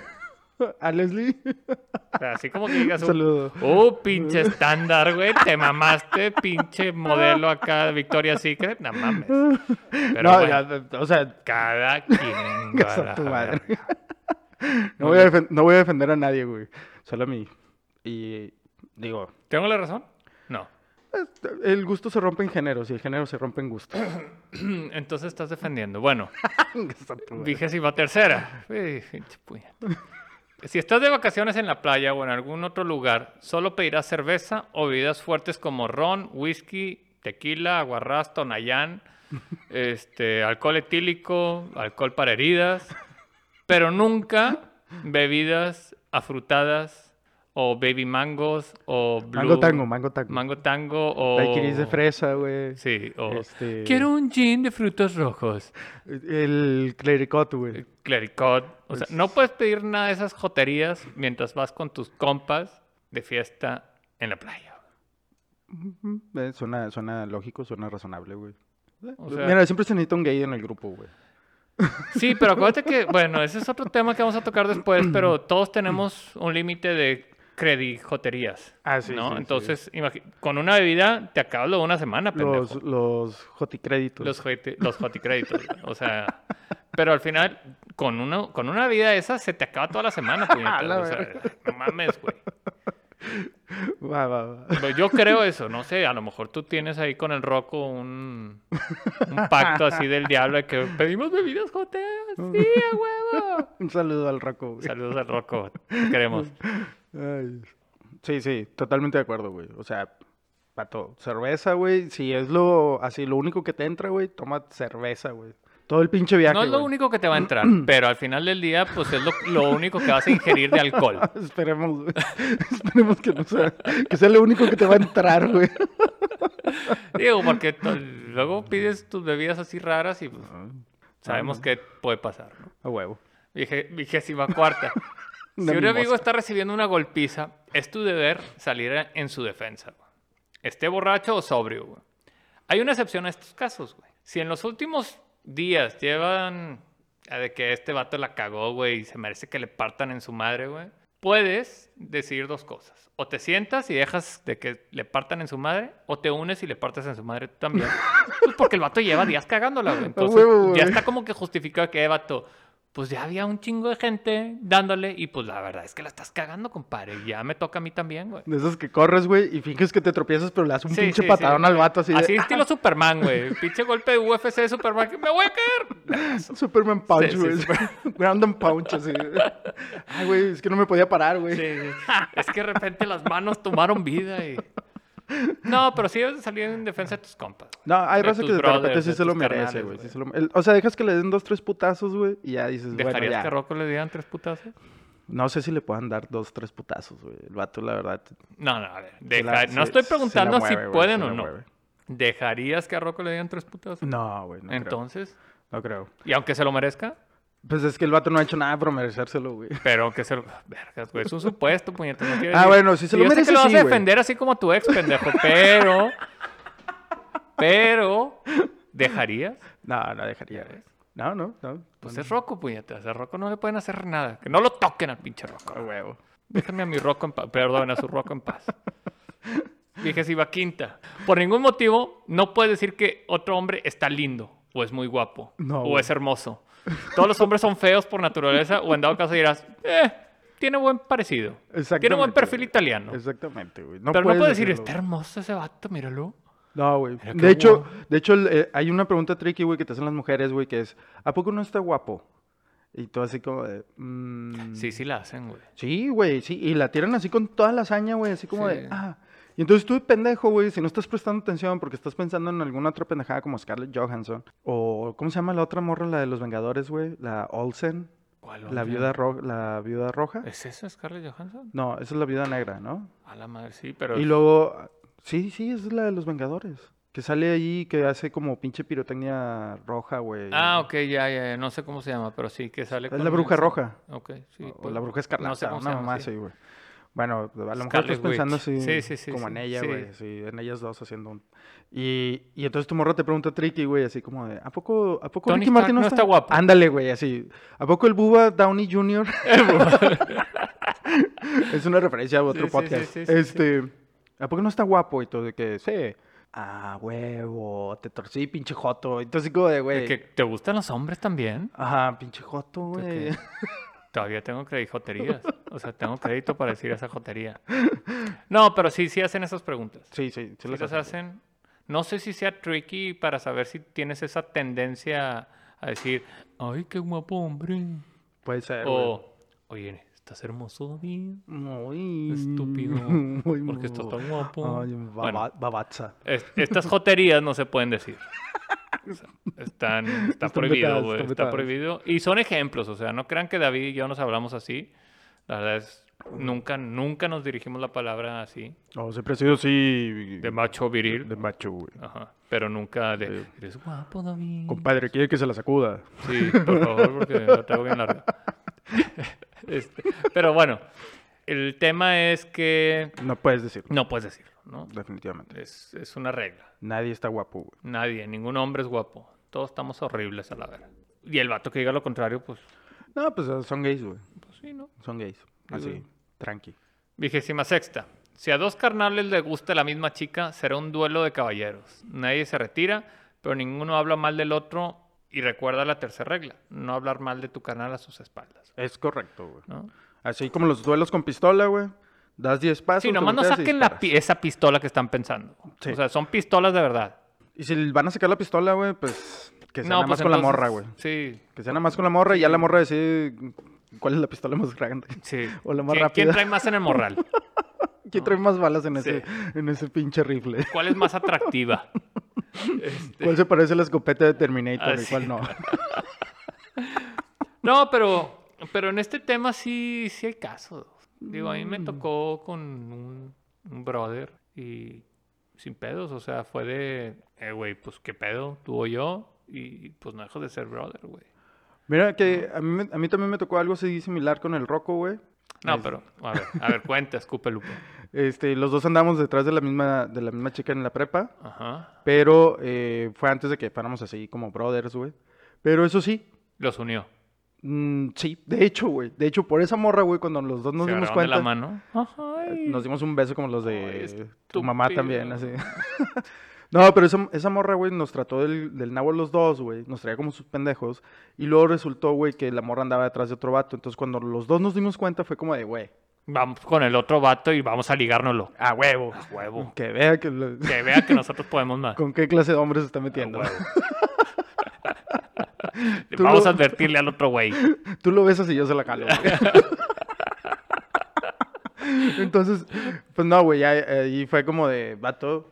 [SPEAKER 1] ¿A Leslie?
[SPEAKER 2] o sea, así como que digas,
[SPEAKER 1] Un saludo.
[SPEAKER 2] oh, pinche estándar, güey. Te mamaste, pinche modelo acá de Victoria's Secret. No mames. Pero
[SPEAKER 1] no,
[SPEAKER 2] bueno,
[SPEAKER 1] ya, o sea,
[SPEAKER 2] cada quien.
[SPEAKER 1] Chingas
[SPEAKER 2] va
[SPEAKER 1] a
[SPEAKER 2] a
[SPEAKER 1] tu
[SPEAKER 2] la
[SPEAKER 1] madre.
[SPEAKER 2] verga.
[SPEAKER 1] no voy, a defen- no voy a defender a nadie, güey, solo a mí. Y digo,
[SPEAKER 2] ¿Tengo la razón? No.
[SPEAKER 1] pues, el gusto se rompe en géneros y el género se rompe en gusto.
[SPEAKER 2] Mm, Entonces estás defendiendo. Bueno,
[SPEAKER 1] Chingas a tu madre.
[SPEAKER 2] vigésima tercera. Uy, pinche puñeta. Si estás de vacaciones en la playa o en algún otro lugar, solo pedirás cerveza o bebidas fuertes como ron, whisky, tequila, aguarrás, tonayán, este, alcohol etílico, alcohol para heridas, pero nunca bebidas afrutadas o baby mangos o blue,
[SPEAKER 1] Mango tango, mango tango.
[SPEAKER 2] mango tango o
[SPEAKER 1] Daiquiris de fresa, güey.
[SPEAKER 2] Sí, o
[SPEAKER 1] Este-
[SPEAKER 2] quiero un gin de frutos rojos.
[SPEAKER 1] El clericot,
[SPEAKER 2] Eh.
[SPEAKER 1] güey.
[SPEAKER 2] Clericot. O sea, no puedes pedir nada de esas joterías mientras vas con tus compas de fiesta en la playa.
[SPEAKER 1] Ujú, eh, Suena, suena lógico, suena razonable, güey. Eh,
[SPEAKER 2] O sea-
[SPEAKER 1] Mira, siempre se necesita un gay en el grupo, güey.
[SPEAKER 2] Sí, pero acuérdate que, bueno, ese es otro tema que vamos a tocar después, pero todos tenemos un límite de credijoterías.
[SPEAKER 1] Ah, sí, sí,
[SPEAKER 2] ¿no?
[SPEAKER 1] sí.
[SPEAKER 2] Entonces, imagi- con una bebida te acabas lo de una semana, pendejo.
[SPEAKER 1] Los, los joticréditos.
[SPEAKER 2] Los, joti- los joticréditos. o sea, pero al final, con, uno, con una vida esa se te acaba toda la semana, puñetas,
[SPEAKER 1] A la
[SPEAKER 2] o sea, no mames, güey.
[SPEAKER 1] Va, va, va.
[SPEAKER 2] Pues yo creo eso, no sé, a lo mejor tú tienes ahí con el Rocco un, un pacto así del diablo de que pedimos bebidas joteas, sí, a huevo.
[SPEAKER 1] Un saludo al Raco, güey.
[SPEAKER 2] Saludos al Rocco, te queremos.
[SPEAKER 1] Ay. Sí, sí, totalmente de acuerdo, güey. O sea, pato, cerveza, güey. Si es lo así, lo único que te entra, güey, toma cerveza, güey. Todo el pinche viaje.
[SPEAKER 2] No es lo
[SPEAKER 1] güey.
[SPEAKER 2] único que te va a entrar, pero al final del día, pues es lo, lo único que vas a ingerir de alcohol.
[SPEAKER 1] Esperemos, güey. Esperemos que no sea, que sea lo único que te va a entrar, güey.
[SPEAKER 2] Digo, porque to- luego pides tus bebidas así raras y pues, sabemos qué puede pasar, ¿no?
[SPEAKER 1] A Ah, huevo.
[SPEAKER 2] Vige- Vigésima cuarta.
[SPEAKER 1] Una
[SPEAKER 2] si un amigo
[SPEAKER 1] mimosa.
[SPEAKER 2] está recibiendo una golpiza, es tu deber salir a- en su defensa. güey. Esté borracho o sobrio. güey. Hay una excepción a estos casos, güey. Si en los últimos días llevan a de que este vato la cagó, güey, y se merece que le partan en su madre, güey, puedes decidir dos cosas. O te sientas y dejas de que le partan en su madre, o te unes y le partes en su madre tú también. Pues porque el vato lleva días cagándola, güey. Entonces,
[SPEAKER 1] huevo, güey.
[SPEAKER 2] ya está como que justificado que, eh, vato, pues ya había un chingo de gente dándole y pues la verdad es que la estás cagando, compadre. y Ya me toca a mí también, güey.
[SPEAKER 1] De esos que corres, güey, y finges que te tropiezas, pero le das un
[SPEAKER 2] Sí,
[SPEAKER 1] pinche
[SPEAKER 2] sí, sí.
[SPEAKER 1] patadón al vato así. de,
[SPEAKER 2] Así estilo Superman, güey. Pinche golpe de UFC de Superman que me voy a caer.
[SPEAKER 1] "Ah, Superman Punch,
[SPEAKER 2] sí,
[SPEAKER 1] güey. Ground and Punch, así. Ay, güey, es que no me podía parar, güey.
[SPEAKER 2] Es que de repente las manos tomaron vida y... No, pero sí debes de salir en defensa de tus compas. güey.
[SPEAKER 1] No, hay
[SPEAKER 2] De
[SPEAKER 1] raza que
[SPEAKER 2] tus
[SPEAKER 1] de repente
[SPEAKER 2] brothers,
[SPEAKER 1] sí
[SPEAKER 2] de
[SPEAKER 1] se lo
[SPEAKER 2] tus
[SPEAKER 1] merece,
[SPEAKER 2] carnales,
[SPEAKER 1] güey. sí
[SPEAKER 2] güey.
[SPEAKER 1] se lo- el- O sea, dejas que le den dos, tres putazos, güey, y ya dices, bueno,
[SPEAKER 2] ¿Dejarías
[SPEAKER 1] ya.
[SPEAKER 2] que a Rocco le dieran tres putazos?
[SPEAKER 1] No sé si le puedan dar dos, tres putazos, güey. El vato, la verdad.
[SPEAKER 2] No, no, a ver.
[SPEAKER 1] se la-
[SPEAKER 2] deja-
[SPEAKER 1] se-
[SPEAKER 2] no estoy
[SPEAKER 1] se la
[SPEAKER 2] preguntando si
[SPEAKER 1] mueve, güey,
[SPEAKER 2] pueden
[SPEAKER 1] se
[SPEAKER 2] o
[SPEAKER 1] la
[SPEAKER 2] no.
[SPEAKER 1] mueve.
[SPEAKER 2] ¿Dejarías que a Rocco le dieran tres putazos?
[SPEAKER 1] No, güey, no
[SPEAKER 2] Entonces,
[SPEAKER 1] creo. No creo.
[SPEAKER 2] y aunque se lo merezca,
[SPEAKER 1] Pues es que el vato no ha hecho nada para merecérselo, güey.
[SPEAKER 2] pero aunque se lo... Vergas, güey, es un supuesto, puñeta. no quiere
[SPEAKER 1] Ah,
[SPEAKER 2] decir-
[SPEAKER 1] bueno, si se
[SPEAKER 2] Y
[SPEAKER 1] lo
[SPEAKER 2] yo sé
[SPEAKER 1] merece,
[SPEAKER 2] que lo vas
[SPEAKER 1] sí,
[SPEAKER 2] a
[SPEAKER 1] güey.
[SPEAKER 2] defender así como tu ex, pendejo, pero... Pero... ¿Dejarías?
[SPEAKER 1] No, no dejaría, güey. No, no, no.
[SPEAKER 2] Pues es Rocco, puñetas. A Rocco no le pueden hacer nada. Que no lo toquen al pinche Rocco.
[SPEAKER 1] A huevo.
[SPEAKER 2] Déjenme a mi Rocco en paz. Perdón, a su Rocco en paz. Dije si va quinta. Por ningún motivo no puedes decir que otro hombre está lindo o es muy guapo
[SPEAKER 1] No,
[SPEAKER 2] o
[SPEAKER 1] güey.
[SPEAKER 2] es hermoso. Todos los hombres son feos por naturaleza o en dado caso dirás, eh, tiene buen parecido. Tiene buen
[SPEAKER 1] Exactamente,
[SPEAKER 2] perfil
[SPEAKER 1] güey.
[SPEAKER 2] italiano.
[SPEAKER 1] Exactamente, güey.
[SPEAKER 2] Pero no puedes decir,
[SPEAKER 1] decirlo,
[SPEAKER 2] está
[SPEAKER 1] güey.
[SPEAKER 2] hermoso ese vato, míralo.
[SPEAKER 1] No, güey.
[SPEAKER 2] Pero qué
[SPEAKER 1] De hecho,
[SPEAKER 2] guapo.
[SPEAKER 1] de hecho el- eh, hay una pregunta tricky, güey, que te hacen las mujeres, güey, que es, ¿a poco no está guapo? Y tú así como de... mm,
[SPEAKER 2] Sí, sí la hacen, güey.
[SPEAKER 1] Sí, güey, sí. Y la tiran así con toda la hazaña, güey, así como
[SPEAKER 2] Sí.
[SPEAKER 1] de... Ah. Y entonces tú, pendejo, güey, si no estás prestando atención porque estás pensando en alguna otra pendejada como Scarlett Johansson. O, ¿cómo se llama la otra morra, la de los Vengadores, güey? La Olsen.
[SPEAKER 2] ¿Cuál
[SPEAKER 1] La
[SPEAKER 2] onda?
[SPEAKER 1] viuda, ro- la viuda roja.
[SPEAKER 2] ¿Es esa Scarlett Johansson?
[SPEAKER 1] No, esa es la viuda negra, ¿no?
[SPEAKER 2] A la madre, sí, pero...
[SPEAKER 1] Y luego, sí, sí, esa es la de los Vengadores. Que sale ahí, que hace como pinche pirotecnia roja, güey.
[SPEAKER 2] Ah, ok, ya, ya, ya, no sé cómo se llama, pero sí, que sale
[SPEAKER 1] este, Es la bruja roja.
[SPEAKER 2] Ok, sí.
[SPEAKER 1] O
[SPEAKER 2] pues,
[SPEAKER 1] la bruja escarlata,
[SPEAKER 2] No sé cómo se
[SPEAKER 1] una
[SPEAKER 2] llama,
[SPEAKER 1] mamá
[SPEAKER 2] sí.
[SPEAKER 1] así, güey. Bueno, a lo mejor
[SPEAKER 2] Scarlet
[SPEAKER 1] estás pensando
[SPEAKER 2] Witch.
[SPEAKER 1] así,
[SPEAKER 2] Sí, sí, sí,
[SPEAKER 1] como
[SPEAKER 2] sí,
[SPEAKER 1] en ella,
[SPEAKER 2] sí.
[SPEAKER 1] güey, sí, en ellas dos haciendo un... Y, y entonces tu morra te pregunta tricky, güey, así como de, ¿a poco, a poco
[SPEAKER 2] Tony
[SPEAKER 1] Ricky Martin
[SPEAKER 2] Stark
[SPEAKER 1] no
[SPEAKER 2] no
[SPEAKER 1] está?
[SPEAKER 2] está guapo.
[SPEAKER 1] Ándale, güey, así, ¿a poco el Bubba Downey Jr.? es una referencia a otro
[SPEAKER 2] Sí, sí, sí,
[SPEAKER 1] podcast.
[SPEAKER 2] sí, sí, sí.
[SPEAKER 1] este, ¿a poco no está guapo? Y todo de que, sí, ah, huevo, te torcí, pinche joto. Entonces como de,
[SPEAKER 2] ¿De
[SPEAKER 1] güey,
[SPEAKER 2] que te gustan los hombres también?
[SPEAKER 1] ajá, pinche joto,
[SPEAKER 2] ¿De
[SPEAKER 1] güey.
[SPEAKER 2] que Todavía tengo credijoterías. O sea, tengo crédito para decir esa jotería. No, pero sí, sí hacen esas preguntas.
[SPEAKER 1] Sí, sí, sí
[SPEAKER 2] Sí
[SPEAKER 1] las
[SPEAKER 2] las
[SPEAKER 1] hacen.
[SPEAKER 2] hacen. No sé si sea tricky para saber si tienes esa tendencia a decir, ay, qué guapo hombre.
[SPEAKER 1] Puede ser, güey.
[SPEAKER 2] O, oye, estás hermoso, David.
[SPEAKER 1] Muy
[SPEAKER 2] Estúpido,
[SPEAKER 1] muy
[SPEAKER 2] porque estás
[SPEAKER 1] bobo.
[SPEAKER 2] tan guapo.
[SPEAKER 1] Ay, baba-
[SPEAKER 2] Bueno.
[SPEAKER 1] babaza.
[SPEAKER 2] Es- estas joterías no se pueden decir. O sea, Están, está
[SPEAKER 1] Están
[SPEAKER 2] prohibido,
[SPEAKER 1] vetadas,
[SPEAKER 2] güey.
[SPEAKER 1] están
[SPEAKER 2] Está
[SPEAKER 1] vetadas.
[SPEAKER 2] prohibido. Y son ejemplos, o sea, no crean que David y yo nos hablamos así. La verdad es, nunca, nunca nos dirigimos la palabra así.
[SPEAKER 1] No, siempre he sido así.
[SPEAKER 2] De macho viril.
[SPEAKER 1] de macho, güey.
[SPEAKER 2] Ajá. Pero nunca de, eres guapo, David.
[SPEAKER 1] Compadre, quiere que se la sacuda.
[SPEAKER 2] Sí, por favor, porque lo traigo bien largo. Este, pero bueno, el tema es que
[SPEAKER 1] No puedes decirlo,
[SPEAKER 2] no puedes decirlo, ¿no?
[SPEAKER 1] definitivamente.
[SPEAKER 2] Es, es una regla.
[SPEAKER 1] Nadie está guapo, güey.
[SPEAKER 2] Nadie, ningún hombre es guapo. Todos estamos horribles a la verga. Y el vato que diga lo contrario, pues,
[SPEAKER 1] No, pues son gays, güey.
[SPEAKER 2] pues sí, ¿no?
[SPEAKER 1] Son gays. Así, tranqui.
[SPEAKER 2] Vigésima sexta. Si a dos carnales le gusta la misma chica, será un duelo de caballeros. Nadie se retira, pero ninguno habla mal del otro. Y recuerda la tercera regla, no hablar mal de tu carnal a sus espaldas,
[SPEAKER 1] Es correcto, güey.
[SPEAKER 2] ¿no?
[SPEAKER 1] Así como los duelos con pistola, güey. Das 10 pasos.
[SPEAKER 2] Sí,
[SPEAKER 1] te
[SPEAKER 2] nomás no
[SPEAKER 1] volteas y
[SPEAKER 2] saquen la
[SPEAKER 1] disparas.
[SPEAKER 2] pi- esa pistola que están pensando.
[SPEAKER 1] Sí.
[SPEAKER 2] O sea, son pistolas de verdad.
[SPEAKER 1] Y si van a sacar la pistola, güey, pues que sea
[SPEAKER 2] no,
[SPEAKER 1] nada más
[SPEAKER 2] pues
[SPEAKER 1] con la
[SPEAKER 2] entonces-
[SPEAKER 1] morra, güey.
[SPEAKER 2] Sí,
[SPEAKER 1] Que sea nada más con la morra y ya la morra decide cuál es la pistola más grande.
[SPEAKER 2] sí.
[SPEAKER 1] O la más
[SPEAKER 2] ¿Quién- ¿Quién
[SPEAKER 1] rápida.
[SPEAKER 2] trae más en el morral?
[SPEAKER 1] ¿Quién trae más balas en
[SPEAKER 2] Sí.
[SPEAKER 1] ese, en ese pinche rifle?
[SPEAKER 2] ¿Cuál es más atractiva? Este,
[SPEAKER 1] ¿Cuál se parece a la escopeta de Terminator
[SPEAKER 2] Así
[SPEAKER 1] y cuál no?
[SPEAKER 2] No, pero, pero en este tema sí, sí hay casos. Digo, a mí
[SPEAKER 1] Mm.
[SPEAKER 2] me tocó con un, un brother y sin pedos, o sea, fue de, eh, güey, pues qué pedo, tú o yo, y pues no dejo de ser brother, güey.
[SPEAKER 1] Mira que a mí, me- a mí también me tocó algo así similar con el Rocco, güey.
[SPEAKER 2] No,
[SPEAKER 1] Es-
[SPEAKER 2] pero, a ver, a ver, cuenta, escupe lupo.
[SPEAKER 1] Este, los dos andamos detrás de la misma, de la misma chica en la prepa,
[SPEAKER 2] Ajá.
[SPEAKER 1] pero eh, fue antes de que fuéramos así como brothers, güey. Pero eso sí,
[SPEAKER 2] Los unió.
[SPEAKER 1] mm, sí, de hecho, güey. De hecho, por esa morra, güey, cuando los dos nos
[SPEAKER 2] Se
[SPEAKER 1] dimos
[SPEAKER 2] agarraron de
[SPEAKER 1] cuenta, Eh,
[SPEAKER 2] la mano. Ay.
[SPEAKER 1] nos dimos un beso como los
[SPEAKER 2] Mm. Ay,
[SPEAKER 1] de tu mamá también, así.
[SPEAKER 2] estúpido.
[SPEAKER 1] No, pero esa, esa morra, güey, nos trató del, del nabo a los dos, güey. Nos traía como sus pendejos. Y luego resultó, güey, que la morra andaba detrás de otro vato. Entonces, cuando los dos nos dimos cuenta, fue como de, güey,
[SPEAKER 2] Vamos con el otro vato y vamos a ligárnoslo.
[SPEAKER 1] a huevo.
[SPEAKER 2] A huevo.
[SPEAKER 1] Que vea que lo-
[SPEAKER 2] Que vea que nosotros podemos más.
[SPEAKER 1] con qué clase de hombre se está
[SPEAKER 2] A
[SPEAKER 1] metiendo.
[SPEAKER 2] huevo.
[SPEAKER 1] Tú
[SPEAKER 2] Vamos
[SPEAKER 1] lo-
[SPEAKER 2] a advertirle al otro güey.
[SPEAKER 1] Tú lo besas y yo se la jalo, güey. Entonces, pues no, güey, ya ahí fue como de, vato,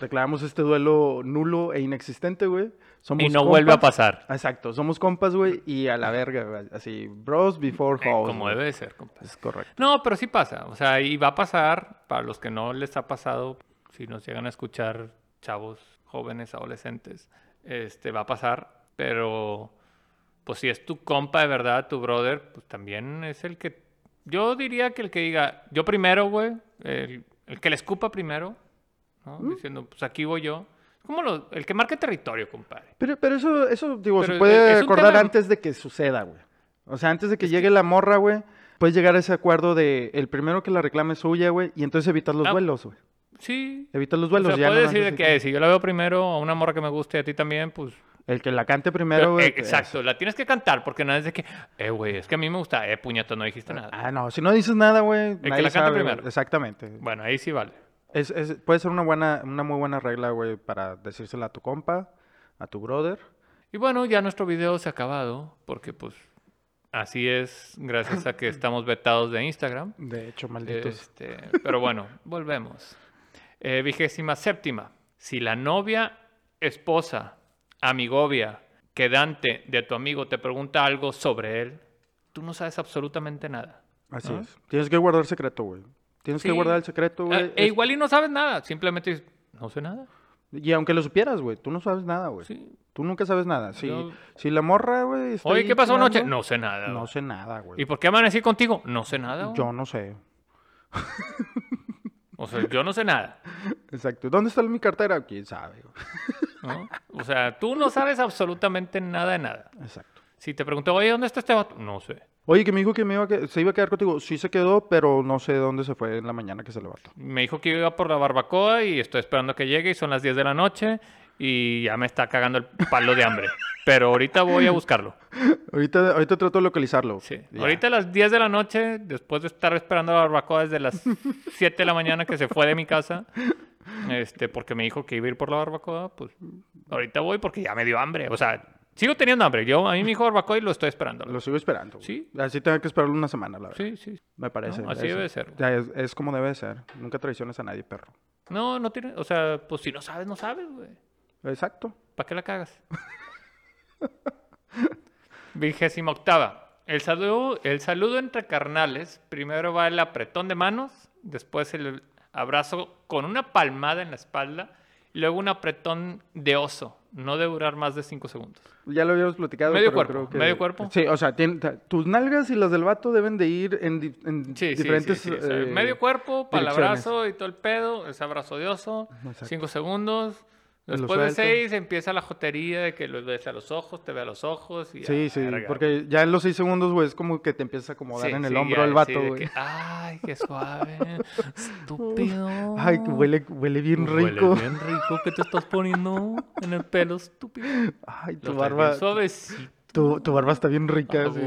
[SPEAKER 1] reclamamos este duelo nulo e inexistente, güey. Somos
[SPEAKER 2] Y no vuelve a
[SPEAKER 1] compas.
[SPEAKER 2] pasar.
[SPEAKER 1] Exacto, somos compas, güey, y a la verga, güey. Así, bros before
[SPEAKER 2] Eh,
[SPEAKER 1] hoes.
[SPEAKER 2] como
[SPEAKER 1] güey.
[SPEAKER 2] debe de ser, compa.
[SPEAKER 1] Es correcto.
[SPEAKER 2] No, pero sí pasa. O sea, y va a pasar, para los que no les ha pasado, si nos llegan a escuchar chavos, jóvenes, adolescentes, este, va a pasar. Pero, pues si es tu compa de verdad, tu brother, pues también es el que... Yo diría que el que diga, yo Mm. primero, güey, el, el que le escupa primero, ¿no? Diciendo, pues aquí voy yo. Como lo- el que marca territorio, compadre.
[SPEAKER 1] Pero, pero eso, eso digo, se
[SPEAKER 2] Pero eh,
[SPEAKER 1] puede
[SPEAKER 2] es un
[SPEAKER 1] acordar
[SPEAKER 2] tema-
[SPEAKER 1] antes de que suceda, güey. O sea, antes de que llegue la morra, güey, puedes llegar a ese acuerdo de el primero que la reclame es suya, güey, y entonces evitas los
[SPEAKER 2] Ah.
[SPEAKER 1] duelos, güey.
[SPEAKER 2] Sí.
[SPEAKER 1] Evitas los
[SPEAKER 2] O
[SPEAKER 1] duelos.
[SPEAKER 2] sea,
[SPEAKER 1] ya
[SPEAKER 2] puede
[SPEAKER 1] no
[SPEAKER 2] decir de
[SPEAKER 1] andas
[SPEAKER 2] que si yo la veo primero a una morra que me guste y a ti también, pues
[SPEAKER 1] El que la cante
[SPEAKER 2] Pero,
[SPEAKER 1] primero, güey.
[SPEAKER 2] eh,
[SPEAKER 1] que-
[SPEAKER 2] exacto, la tienes que cantar porque no es de que, eh, güey, es que a mí me gusta, eh, puñeto, no dijiste nada.
[SPEAKER 1] Ah, no, si no dices nada, güey.
[SPEAKER 2] que
[SPEAKER 1] nadie
[SPEAKER 2] la cante
[SPEAKER 1] sabe, güey.
[SPEAKER 2] primero.
[SPEAKER 1] Exactamente.
[SPEAKER 2] Bueno, ahí sí vale.
[SPEAKER 1] Es, es- puede ser una buena, una muy buena regla, güey, para decírsela a tu compa, a tu brother.
[SPEAKER 2] Y bueno, ya nuestro video se ha acabado porque, pues, así es, gracias a que estamos vetados de Instagram.
[SPEAKER 1] De hecho, malditos.
[SPEAKER 2] Este, pero bueno, volvemos. Eh, vigésima séptima. Si la novia, esposa, amigovia, quedante de tu amigo te pregunta algo sobre él, tú no sabes absolutamente nada.
[SPEAKER 1] Así
[SPEAKER 2] ¿no?
[SPEAKER 1] es. Tienes que guardar secreto, güey. Tienes que
[SPEAKER 2] ¿Ah? Sí.
[SPEAKER 1] guardar el secreto,
[SPEAKER 2] Ah,
[SPEAKER 1] güey.
[SPEAKER 2] e
[SPEAKER 1] Es-
[SPEAKER 2] igual y no sabes nada, simplemente dices, no sé nada.
[SPEAKER 1] Y aunque lo supieras, güey, tú no sabes nada, güey.
[SPEAKER 2] Sí.
[SPEAKER 1] Tú nunca sabes nada. Si,
[SPEAKER 2] Yo-
[SPEAKER 1] si la morra, güey. está
[SPEAKER 2] Oye,
[SPEAKER 1] ahí
[SPEAKER 2] ¿qué pasó
[SPEAKER 1] tirando,
[SPEAKER 2] anoche? No sé nada.
[SPEAKER 1] No
[SPEAKER 2] güey.
[SPEAKER 1] sé nada, güey.
[SPEAKER 2] ¿Y por qué amanecí contigo? No sé nada. güey.
[SPEAKER 1] Yo no sé.
[SPEAKER 2] O sea, yo no sé nada.
[SPEAKER 1] Exacto. ¿Dónde está mi cartera? Quién sabe, güey.
[SPEAKER 2] ¿no? O sea, tú no sabes absolutamente nada de nada.
[SPEAKER 1] Exacto.
[SPEAKER 2] Si te pregunto, oye, ¿dónde está este vato? No sé.
[SPEAKER 1] Oye, que me dijo que me iba a que- se iba a quedar contigo. Sí se quedó, pero no sé dónde se fue en la mañana que se levantó.
[SPEAKER 2] Me dijo que iba por la barbacoa y estoy esperando que llegue y son las 10 de la noche y ya me está cagando el palo de hambre. Pero ahorita voy a buscarlo.
[SPEAKER 1] Ahorita, ahorita trato de localizarlo.
[SPEAKER 2] Sí.
[SPEAKER 1] Ya.
[SPEAKER 2] Ahorita a las 10 de la noche, después de estar esperando la barbacoa desde las 7 de la mañana que se fue de mi casa, este, porque me dijo que iba a ir por la barbacoa, pues ahorita voy porque ya me dio hambre. O sea, sigo teniendo hambre. Yo, a mí me dijo barbacoa y lo estoy esperando.
[SPEAKER 1] Lo sigo esperando. güey.
[SPEAKER 2] Sí.
[SPEAKER 1] Así tengo que esperarlo una semana, la verdad.
[SPEAKER 2] Sí, sí.
[SPEAKER 1] Me parece.
[SPEAKER 2] No, así debe ser, güey.
[SPEAKER 1] Ya, es, es como debe ser. Nunca traiciones a nadie, perro.
[SPEAKER 2] No, no tiene. O sea, pues si no sabes, no sabes, güey.
[SPEAKER 1] Exacto.
[SPEAKER 2] ¿Para qué la cagas? Vigésima octava. El saludo, el saludo entre carnales. Primero va el apretón de manos, después el abrazo con una palmada en la espalda, y luego un apretón de oso. No de durar más de cinco segundos.
[SPEAKER 1] Ya lo habíamos platicado.
[SPEAKER 2] Medio
[SPEAKER 1] pero
[SPEAKER 2] cuerpo,
[SPEAKER 1] creo que-
[SPEAKER 2] medio cuerpo.
[SPEAKER 1] Sí, o sea, tien- ta- tus nalgas y las del vato deben de ir en, di- en
[SPEAKER 2] Sí, sí, sí,
[SPEAKER 1] diferentes.
[SPEAKER 2] sí, o sea,
[SPEAKER 1] eh,
[SPEAKER 2] medio cuerpo, para el
[SPEAKER 1] direcciones.
[SPEAKER 2] abrazo y todo el pedo, ese abrazo de oso,
[SPEAKER 1] Exacto.
[SPEAKER 2] cinco segundos.
[SPEAKER 1] Lo
[SPEAKER 2] Después de
[SPEAKER 1] suelta.
[SPEAKER 2] seis empieza la jotería de que lo ves a los ojos, te ve a los ojos. Y
[SPEAKER 1] Sí,
[SPEAKER 2] a
[SPEAKER 1] sí,
[SPEAKER 2] verga,
[SPEAKER 1] porque ya en los seis segundos, güey, es como que te empiezas a acomodar
[SPEAKER 2] Sí,
[SPEAKER 1] en el
[SPEAKER 2] sí,
[SPEAKER 1] hombro
[SPEAKER 2] ya,
[SPEAKER 1] al
[SPEAKER 2] sí,
[SPEAKER 1] vato,
[SPEAKER 2] de
[SPEAKER 1] güey.
[SPEAKER 2] que, Ay, qué suave. Estúpido.
[SPEAKER 1] Ay, que huele, huele bien
[SPEAKER 2] Huele
[SPEAKER 1] rico.
[SPEAKER 2] bien rico que te estás poniendo en el pelo, estúpido.
[SPEAKER 1] Ay, tu
[SPEAKER 2] Lo Ah, traes bien
[SPEAKER 1] barba.
[SPEAKER 2] suavecito.
[SPEAKER 1] Tu, tu barba está bien rica. sí.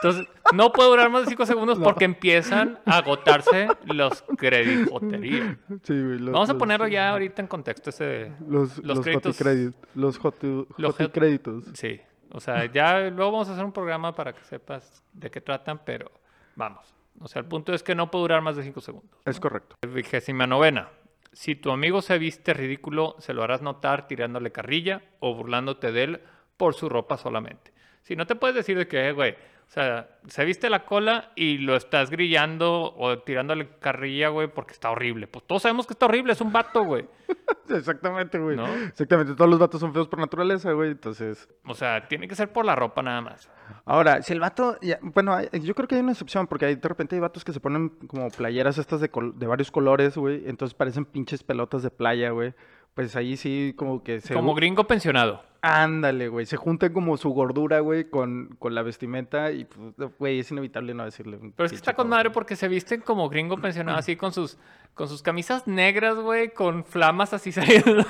[SPEAKER 2] Entonces, no puede durar más de 5 segundos porque empiezan a agotarse los credijoterías.
[SPEAKER 1] Sí, güey, los-
[SPEAKER 2] Vamos a
[SPEAKER 1] los-
[SPEAKER 2] ponerlo ya ahorita en contexto ese...
[SPEAKER 1] Los,
[SPEAKER 2] los
[SPEAKER 1] los,
[SPEAKER 2] créditos.
[SPEAKER 1] joticréditos. Los joti-
[SPEAKER 2] Los jot-
[SPEAKER 1] joticréditos.
[SPEAKER 2] Sí, o sea, ya luego vamos a hacer un programa para que sepas de qué tratan, pero vamos. O sea, el punto es que no puede durar más de 5 segundos.
[SPEAKER 1] Es correcto.
[SPEAKER 2] Vigésima novena. Si tu amigo se viste ridículo, se lo harás notar tirándole carrilla o burlándote de él por su ropa solamente. Si no te puedes decir de que, "Eh, güey, o sea, se viste la cola y lo estás grillando o tirándole carrilla, güey, porque está horrible. Pues todos sabemos que está horrible, es un vato, güey.
[SPEAKER 1] Exactamente, güey.
[SPEAKER 2] ¿No?
[SPEAKER 1] Exactamente. Todos los vatos son feos por naturaleza, güey. Entonces.
[SPEAKER 2] O sea, tiene que ser por la ropa nada más.
[SPEAKER 1] Ahora, si el vato. ya- bueno, hay- yo creo que hay una excepción, porque hay- de repente hay vatos que se ponen como playeras estas de, col- de varios colores, güey. Entonces parecen pinches pelotas de playa, güey. Pues ahí sí, como que se.
[SPEAKER 2] Como gringo pensionado.
[SPEAKER 1] Ándale, güey. Se junta como su gordura, güey, con, con la vestimenta. Y, pues, güey, es inevitable no decirle. un
[SPEAKER 2] Pero es
[SPEAKER 1] pinche
[SPEAKER 2] que está con
[SPEAKER 1] gordo.
[SPEAKER 2] madre porque se visten como gringo pensionado, así con sus, con sus camisas negras, güey, con flamas así saliendo,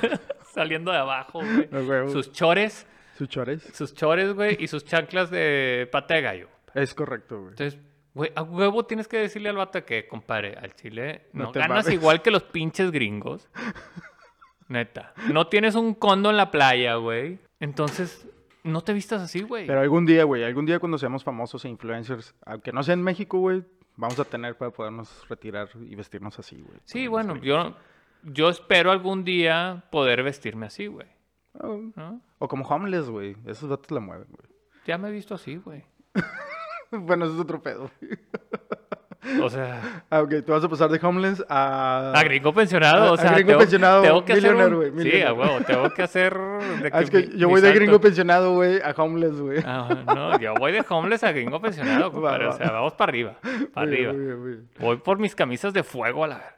[SPEAKER 2] saliendo de abajo, güey.
[SPEAKER 1] A huevo.
[SPEAKER 2] Sus chores,
[SPEAKER 1] Sus chores.
[SPEAKER 2] sus chores, güey, y sus chanclas de pata de gallo.
[SPEAKER 1] Es correcto, güey.
[SPEAKER 2] Entonces, güey, a huevo tienes que decirle al vato que, compadre, al chile
[SPEAKER 1] No
[SPEAKER 2] no,
[SPEAKER 1] te
[SPEAKER 2] ganas
[SPEAKER 1] mames.
[SPEAKER 2] igual que los pinches gringos. Neta. No tienes un condo en la playa, güey. Entonces, no te vistas así, güey.
[SPEAKER 1] Pero algún día, güey, algún día cuando seamos famosos e influencers, aunque no sea en México, güey, vamos a tener para podernos retirar y vestirnos así, güey.
[SPEAKER 2] Sí,
[SPEAKER 1] Como los
[SPEAKER 2] bueno,
[SPEAKER 1] gringos.
[SPEAKER 2] yo, yo espero algún día poder vestirme así, güey.
[SPEAKER 1] Oh,
[SPEAKER 2] ¿no?
[SPEAKER 1] O como homeless, güey. Esos datos la mueven, güey.
[SPEAKER 2] Ya me he visto así, güey.
[SPEAKER 1] bueno, eso es otro pedo.
[SPEAKER 2] O sea,
[SPEAKER 1] Ah, ok, tú vas a pasar de homeless a...
[SPEAKER 2] a Ah, gringo pensionado.
[SPEAKER 1] Ah. a-
[SPEAKER 2] o sea,
[SPEAKER 1] a gringo
[SPEAKER 2] tengo-
[SPEAKER 1] pensionado,
[SPEAKER 2] tengo que hacer
[SPEAKER 1] millionaire,
[SPEAKER 2] un-
[SPEAKER 1] güey,
[SPEAKER 2] Sí, a
[SPEAKER 1] millionaire.
[SPEAKER 2] huevo, tengo que hacer. de
[SPEAKER 1] Ah, es
[SPEAKER 2] que
[SPEAKER 1] que
[SPEAKER 2] mi-
[SPEAKER 1] yo
[SPEAKER 2] mi
[SPEAKER 1] voy de
[SPEAKER 2] salto.
[SPEAKER 1] gringo pensionado, güey, a homeless, güey.
[SPEAKER 2] Ah, no, yo voy de homeless a gringo pensionado, compadre.
[SPEAKER 1] va.
[SPEAKER 2] O sea, vamos para arriba. Para
[SPEAKER 1] Muy bien,
[SPEAKER 2] arriba.
[SPEAKER 1] muy bien, muy bien.
[SPEAKER 2] Voy por mis camisas de fuego a la.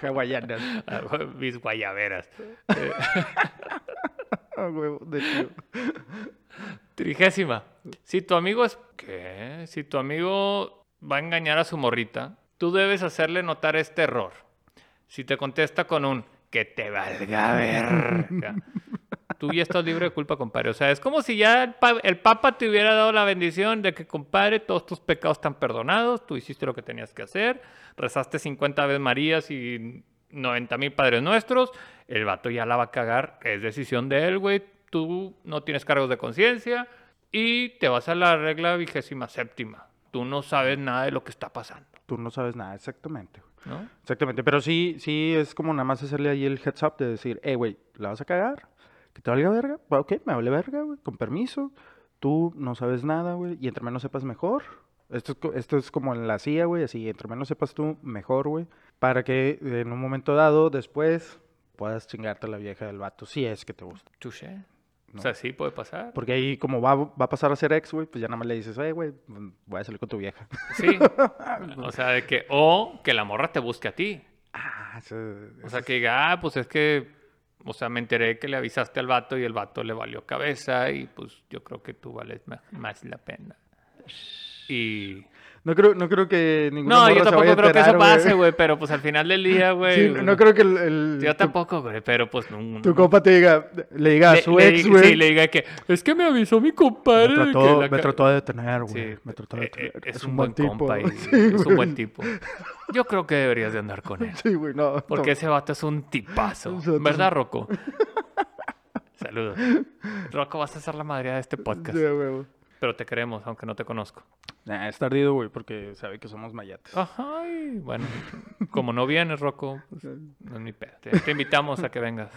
[SPEAKER 1] Hawaianas.
[SPEAKER 2] Ah, güey, Mis guayaberas.
[SPEAKER 1] Ah, huevo, de tío.
[SPEAKER 2] Trigésima. Si tu amigo es... ¿Qué? Si tu amigo va a engañar a su morrita, tú debes hacerle notar este error. Si te contesta con un que te valga verga, tú ya estás libre de culpa, compadre. O sea, es como si ya el, pa- el Papa te hubiera dado la bendición de que, compadre, todos tus pecados están perdonados, tú hiciste lo que tenías que hacer, rezaste 50 Ave Marías y 90 mil Padres Nuestros, el vato ya la va a cagar, es decisión de él, güey, tú no tienes cargos de conciencia y te vas a la regla vigésima séptima. Tú no sabes nada de lo que está pasando,
[SPEAKER 1] Tú no sabes nada, exactamente. güey.
[SPEAKER 2] ¿no?
[SPEAKER 1] Exactamente, pero sí, sí es como nada más hacerle ahí el heads up de decir, eh, güey, ¿la vas a cagar? ¿Que te valga verga? Va, Ok, me vale verga, güey, con permiso. Tú no sabes nada, güey, y entre menos sepas mejor. Esto es, co- esto es como en la CIA, güey, así, entre menos sepas tú, mejor, güey. Para que eh, en un momento dado, después, puedas chingarte a la vieja del vato, si es que te gusta.
[SPEAKER 2] Touché. O sea, sí puede pasar.
[SPEAKER 1] Porque ahí, como va, va a pasar a ser ex, güey, pues ya nada más le dices, eh, güey, voy a salir con tu vieja.
[SPEAKER 2] Sí. O sea, de que, o que la morra te busque a ti.
[SPEAKER 1] ah, eso-
[SPEAKER 2] O sea, que diga, ah, pues es que, o sea, me enteré que le avisaste al vato y el vato le valió cabeza y pues yo creo que tú vales ma- más la pena. Y...
[SPEAKER 1] no, creo, no creo que ninguna
[SPEAKER 2] No,
[SPEAKER 1] morra
[SPEAKER 2] yo
[SPEAKER 1] se
[SPEAKER 2] tampoco
[SPEAKER 1] vaya a
[SPEAKER 2] creo que eso
[SPEAKER 1] enterar, güey.
[SPEAKER 2] pase, güey, pero pues al final del día, güey...
[SPEAKER 1] Sí, no, no creo que el, el-
[SPEAKER 2] Yo
[SPEAKER 1] tu-
[SPEAKER 2] tampoco, güey, pero pues... No,
[SPEAKER 1] tu, compa te diga, le diga a
[SPEAKER 2] le,
[SPEAKER 1] su
[SPEAKER 2] le
[SPEAKER 1] ex,
[SPEAKER 2] diga-
[SPEAKER 1] güey.
[SPEAKER 2] Sí, le diga que, es que me avisó mi compadre.
[SPEAKER 1] me
[SPEAKER 2] de que
[SPEAKER 1] trató,
[SPEAKER 2] la
[SPEAKER 1] me
[SPEAKER 2] ca-
[SPEAKER 1] trató de detener, güey.
[SPEAKER 2] Sí,
[SPEAKER 1] me trató de
[SPEAKER 2] eh, eh,
[SPEAKER 1] detener.
[SPEAKER 2] es, un buen compa y
[SPEAKER 1] güey.
[SPEAKER 2] es un
[SPEAKER 1] güey.
[SPEAKER 2] buen tipo. Yo creo que deberías de andar con él.
[SPEAKER 1] Sí, güey, no.
[SPEAKER 2] Porque
[SPEAKER 1] no.
[SPEAKER 2] ese vato es un tipazo.
[SPEAKER 1] Ese vato es
[SPEAKER 2] ¿Verdad,
[SPEAKER 1] un-
[SPEAKER 2] Rocco? Saludos. Rocco, vas a ser la madre de este podcast.
[SPEAKER 1] Sí, güey.
[SPEAKER 2] Pero te queremos, aunque no te conozco.
[SPEAKER 1] Nah, es tardido, güey, porque sabe que somos
[SPEAKER 2] Ah.
[SPEAKER 1] mayates.
[SPEAKER 2] Ajá, y bueno, como no vienes, Rocco, pues, no es mi pedo. Te, te invitamos a que vengas.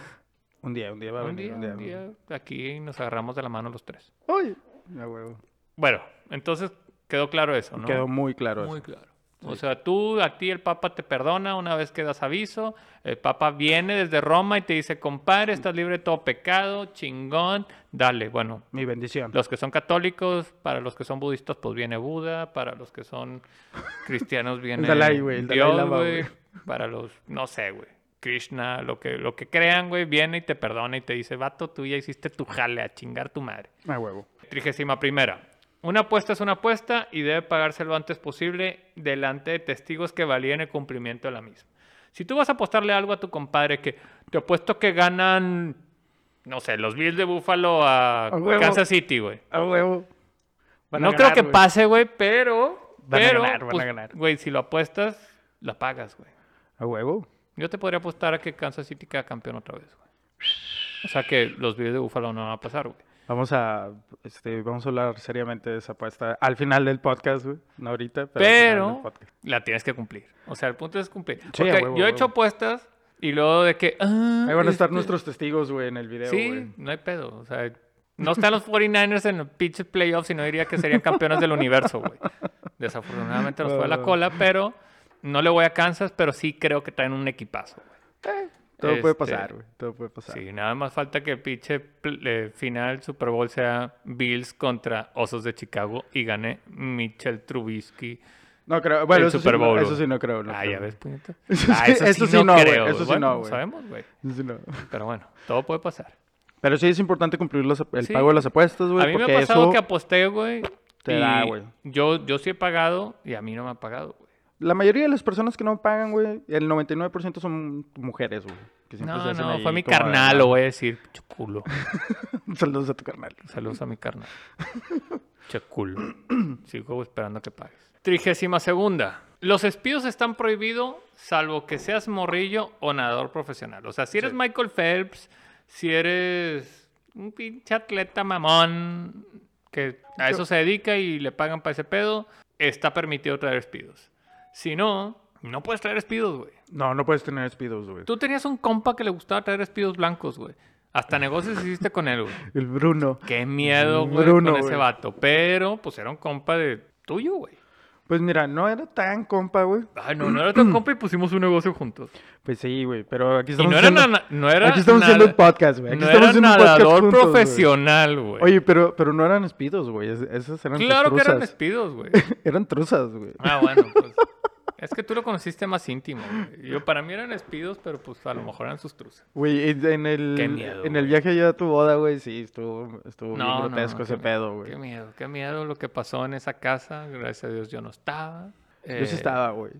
[SPEAKER 1] Un día, un día va a
[SPEAKER 2] Un
[SPEAKER 1] venir,
[SPEAKER 2] día,
[SPEAKER 1] un día.
[SPEAKER 2] un día, aquí nos agarramos de la mano los tres.
[SPEAKER 1] Ay, ya, güey.
[SPEAKER 2] Bueno, entonces quedó claro eso, ¿no?
[SPEAKER 1] Quedó muy claro
[SPEAKER 2] Muy
[SPEAKER 1] eso.
[SPEAKER 2] claro. O sea, tú, a ti el Papa te perdona una vez que das aviso. El Papa viene desde Roma y te dice, compadre, estás libre de todo pecado, chingón, dale. Bueno,
[SPEAKER 1] Mi bendición.
[SPEAKER 2] los que son católicos, para los que son budistas, pues viene Buda. Para los que son cristianos, viene
[SPEAKER 1] Dalai, güey, el Dalai
[SPEAKER 2] Dios,
[SPEAKER 1] Lama,
[SPEAKER 2] güey.
[SPEAKER 1] güey.
[SPEAKER 2] Para los, no sé, güey, Krishna, lo que, lo que crean, güey, viene y te perdona y te dice, vato, tú ya hiciste tu jale a chingar tu madre.
[SPEAKER 1] Ah, huevo.
[SPEAKER 2] Trigésima primera. Una apuesta es una apuesta y debe pagarse lo antes posible delante de testigos que valían el cumplimiento de la misma. Si tú vas a apostarle algo a tu compadre que te apuesto que ganan, no sé, los Bills de Buffalo a
[SPEAKER 1] A huevo.
[SPEAKER 2] Kansas City, güey.
[SPEAKER 1] Ah, huevo. Van a
[SPEAKER 2] No
[SPEAKER 1] ganar,
[SPEAKER 2] creo que
[SPEAKER 1] güey.
[SPEAKER 2] pase, güey, pero...
[SPEAKER 1] Van a
[SPEAKER 2] pero,
[SPEAKER 1] ganar, van a
[SPEAKER 2] pues,
[SPEAKER 1] ganar.
[SPEAKER 2] Güey, si lo apuestas, la pagas, güey.
[SPEAKER 1] A huevo.
[SPEAKER 2] Yo te podría apostar a que Kansas City queda campeón otra vez, güey. O sea que los Bills de Buffalo no van a pasar, güey.
[SPEAKER 1] Vamos a, este, vamos a hablar seriamente de esa apuesta al final del podcast, güey. No ahorita, pero, al final del
[SPEAKER 2] Pero
[SPEAKER 1] podcast.
[SPEAKER 2] la tienes que cumplir. O sea, el punto es cumplir.
[SPEAKER 1] Sí, a
[SPEAKER 2] Porque
[SPEAKER 1] huevo,
[SPEAKER 2] yo
[SPEAKER 1] a
[SPEAKER 2] he hecho
[SPEAKER 1] huevo.
[SPEAKER 2] apuestas y luego de que. ah,
[SPEAKER 1] Ahí van a estar
[SPEAKER 2] este,
[SPEAKER 1] nuestros testigos, güey, en el video,
[SPEAKER 2] Sí,
[SPEAKER 1] güey.
[SPEAKER 2] no hay pedo. O sea, no están los 49ers en los pitch playoffs y no diría que serían campeones del universo, güey. Desafortunadamente nos fue a la
[SPEAKER 1] Ah.
[SPEAKER 2] cola, pero no le voy a Kansas, pero sí creo que traen un equipazo, güey.
[SPEAKER 1] Eh, Todo puede
[SPEAKER 2] Este,
[SPEAKER 1] pasar, güey. Todo puede pasar.
[SPEAKER 2] Sí, nada más falta que el pinche pl- eh, final Super Bowl sea Bills contra Osos de Chicago y gane Mitchell Trubisky.
[SPEAKER 1] No creo. Bueno,
[SPEAKER 2] el
[SPEAKER 1] eso,
[SPEAKER 2] Super
[SPEAKER 1] sí, no-
[SPEAKER 2] Bowl,
[SPEAKER 1] eso
[SPEAKER 2] güey.
[SPEAKER 1] sí no creo. no
[SPEAKER 2] ah,
[SPEAKER 1] creo.
[SPEAKER 2] ya ves, puñeta.
[SPEAKER 1] Eso
[SPEAKER 2] Ah,
[SPEAKER 1] sí-
[SPEAKER 2] eso sí,
[SPEAKER 1] eso sí
[SPEAKER 2] no,
[SPEAKER 1] no, güey,
[SPEAKER 2] creo.
[SPEAKER 1] eso sí
[SPEAKER 2] Bueno, pues
[SPEAKER 1] no, güey.
[SPEAKER 2] sabemos, güey.
[SPEAKER 1] Eso sí no.
[SPEAKER 2] Pero bueno, todo puede pasar.
[SPEAKER 1] Pero sí es importante cumplir los, ap- el
[SPEAKER 2] Sí.
[SPEAKER 1] pago de las apuestas,
[SPEAKER 2] A
[SPEAKER 1] güey.
[SPEAKER 2] mí me
[SPEAKER 1] Porque
[SPEAKER 2] ha pasado
[SPEAKER 1] eso,
[SPEAKER 2] que aposté, güey.
[SPEAKER 1] te
[SPEAKER 2] y
[SPEAKER 1] da, güey.
[SPEAKER 2] Yo, yo sí he pagado y a mí no me han pagado, güey.
[SPEAKER 1] la mayoría de las personas que no pagan, güey, el 99% son mujeres, güey. que siempre se
[SPEAKER 2] No,
[SPEAKER 1] hacen
[SPEAKER 2] no,
[SPEAKER 1] ahí
[SPEAKER 2] fue mi
[SPEAKER 1] como de- "Ah,
[SPEAKER 2] carnal, lo voy a decir. Checulo.
[SPEAKER 1] Saludos a tu carnal.
[SPEAKER 2] Saludos a mi carnal. Checulo. Sigo esperando que pagues. Trigésima segunda. Los espíos están prohibidos salvo que seas morrillo o nadador profesional. O sea, si eres Michael Phelps, si eres un pinche atleta mamón que a eso se dedica y le pagan para ese pedo, está permitido traer espidos. Si no, no puedes traer espidos, güey.
[SPEAKER 1] No, no puedes tener despidos, güey.
[SPEAKER 2] Tú tenías un compa que le gustaba traer espidos blancos, güey. Hasta negocios hiciste con él, güey.
[SPEAKER 1] El Bruno.
[SPEAKER 2] Qué miedo, güey,
[SPEAKER 1] Bruno,
[SPEAKER 2] con ese
[SPEAKER 1] güey.
[SPEAKER 2] vato. Pero, pues, era un compa de tuyo, güey.
[SPEAKER 1] Pues mira, no era tan compa, güey.
[SPEAKER 2] Ay, no, no era tan compa y pusimos un negocio juntos.
[SPEAKER 1] Pues sí, güey, pero aquí
[SPEAKER 2] Y
[SPEAKER 1] estamos
[SPEAKER 2] no era,
[SPEAKER 1] haciendo-
[SPEAKER 2] nada- no era
[SPEAKER 1] aquí estamos haciendo un
[SPEAKER 2] nada-
[SPEAKER 1] podcast, güey. Aquí
[SPEAKER 2] No
[SPEAKER 1] estamos
[SPEAKER 2] era
[SPEAKER 1] haciendo un podcast
[SPEAKER 2] nadador
[SPEAKER 1] juntos, güey.
[SPEAKER 2] profesional, güey.
[SPEAKER 1] Oye, pero, pero no eran espidos, güey. es- Esas eran tus
[SPEAKER 2] claro que eran
[SPEAKER 1] truzas.
[SPEAKER 2] despidos, güey.
[SPEAKER 1] eran truzas, güey.
[SPEAKER 2] Ah, bueno, pues. Es que tú lo conociste más íntimo. güey. Yo para mí eran espidos, pero pues a lo mejor eran sus truzas.
[SPEAKER 1] Güey, en en
[SPEAKER 2] Qué
[SPEAKER 1] el,
[SPEAKER 2] miedo,
[SPEAKER 1] en el
[SPEAKER 2] güey.
[SPEAKER 1] viaje allá a tu boda, güey, sí, estuvo, estuvo bien
[SPEAKER 2] No, no,
[SPEAKER 1] grotesco
[SPEAKER 2] no,
[SPEAKER 1] ese
[SPEAKER 2] qué
[SPEAKER 1] pedo,
[SPEAKER 2] Qué
[SPEAKER 1] güey.
[SPEAKER 2] miedo, qué miedo lo que pasó en esa casa. Gracias a Dios yo no estaba.
[SPEAKER 1] Yo sí
[SPEAKER 2] Eh,
[SPEAKER 1] estaba, güey.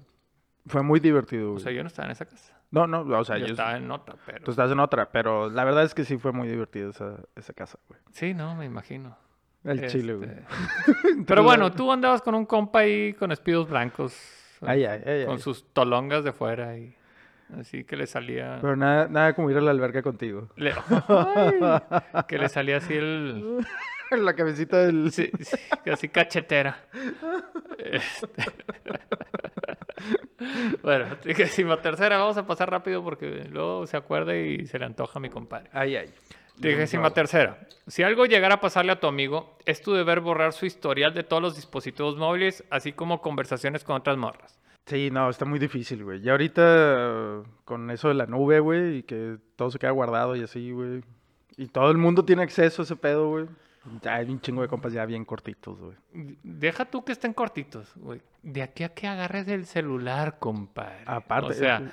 [SPEAKER 1] Fue muy divertido,
[SPEAKER 2] O
[SPEAKER 1] güey.
[SPEAKER 2] sea, yo no estaba en esa casa.
[SPEAKER 1] no, no, o sea,
[SPEAKER 2] yo,
[SPEAKER 1] yo,
[SPEAKER 2] estaba en otra, pero...
[SPEAKER 1] tú estás en otra, pero la verdad es que sí fue muy divertido esa, esa casa, güey.
[SPEAKER 2] Sí, no, me imagino.
[SPEAKER 1] El chile,
[SPEAKER 2] Este,
[SPEAKER 1] güey.
[SPEAKER 2] Pero bueno, tú andabas con un compa ahí con espidos blancos.
[SPEAKER 1] Ay, ay, ay,
[SPEAKER 2] con
[SPEAKER 1] ay.
[SPEAKER 2] sus tolongas de fuera y así que le salía
[SPEAKER 1] Pero nada, nada como ir a la alberca contigo.
[SPEAKER 2] le- ¡Ay! que le salía así el
[SPEAKER 1] la cabecita del...
[SPEAKER 2] sí, sí, así cachetera Este. bueno décimo tercera vamos a pasar rápido porque luego se acuerda y se le antoja a mi compadre
[SPEAKER 1] Ay, ay.
[SPEAKER 2] Décima tercera. Si algo llegara a pasarle a tu amigo, es tu deber borrar su historial de todos los dispositivos móviles, así como conversaciones con otras morras.
[SPEAKER 1] Sí, no, está muy difícil, güey. Y ahorita con eso de la nube, güey, y que todo se queda guardado y así, güey. Y todo el mundo tiene acceso a ese pedo, güey. Ya hay un chingo de compas ya bien cortitos, güey.
[SPEAKER 2] Deja tú que estén cortitos, güey. De aquí a que agarres el celular, compadre.
[SPEAKER 1] Aparte.
[SPEAKER 2] O sea,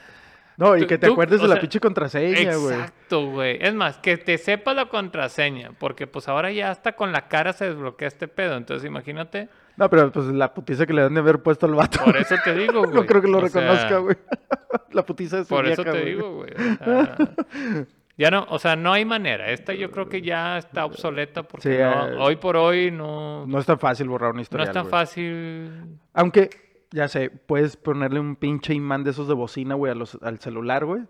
[SPEAKER 1] no, y
[SPEAKER 2] tú-
[SPEAKER 1] que te
[SPEAKER 2] tú,
[SPEAKER 1] acuerdes
[SPEAKER 2] o
[SPEAKER 1] de la
[SPEAKER 2] sea,
[SPEAKER 1] pinche contraseña, güey.
[SPEAKER 2] exacto, güey. Es más, que te sepa la contraseña, porque pues ahora ya hasta con la cara se desbloquea este pedo. Entonces imagínate,
[SPEAKER 1] No, pero pues la putiza que le han de haber puesto al vato.
[SPEAKER 2] por eso te digo, güey.
[SPEAKER 1] no creo que lo
[SPEAKER 2] O sea,
[SPEAKER 1] reconozca, güey. la putiza de su
[SPEAKER 2] Por eso
[SPEAKER 1] vieja,
[SPEAKER 2] te
[SPEAKER 1] güey.
[SPEAKER 2] digo, güey. o sea, ya no, o sea, no hay manera. Esta yo creo que ya está obsoleta porque
[SPEAKER 1] Sí,
[SPEAKER 2] no-
[SPEAKER 1] eh,
[SPEAKER 2] hoy por hoy no, no,
[SPEAKER 1] No es tan fácil borrar una historia.
[SPEAKER 2] es tan fácil.
[SPEAKER 1] Aunque, ya sé, puedes ponerle un pinche imán de esos de bocina, güey, a los- al celular, güey.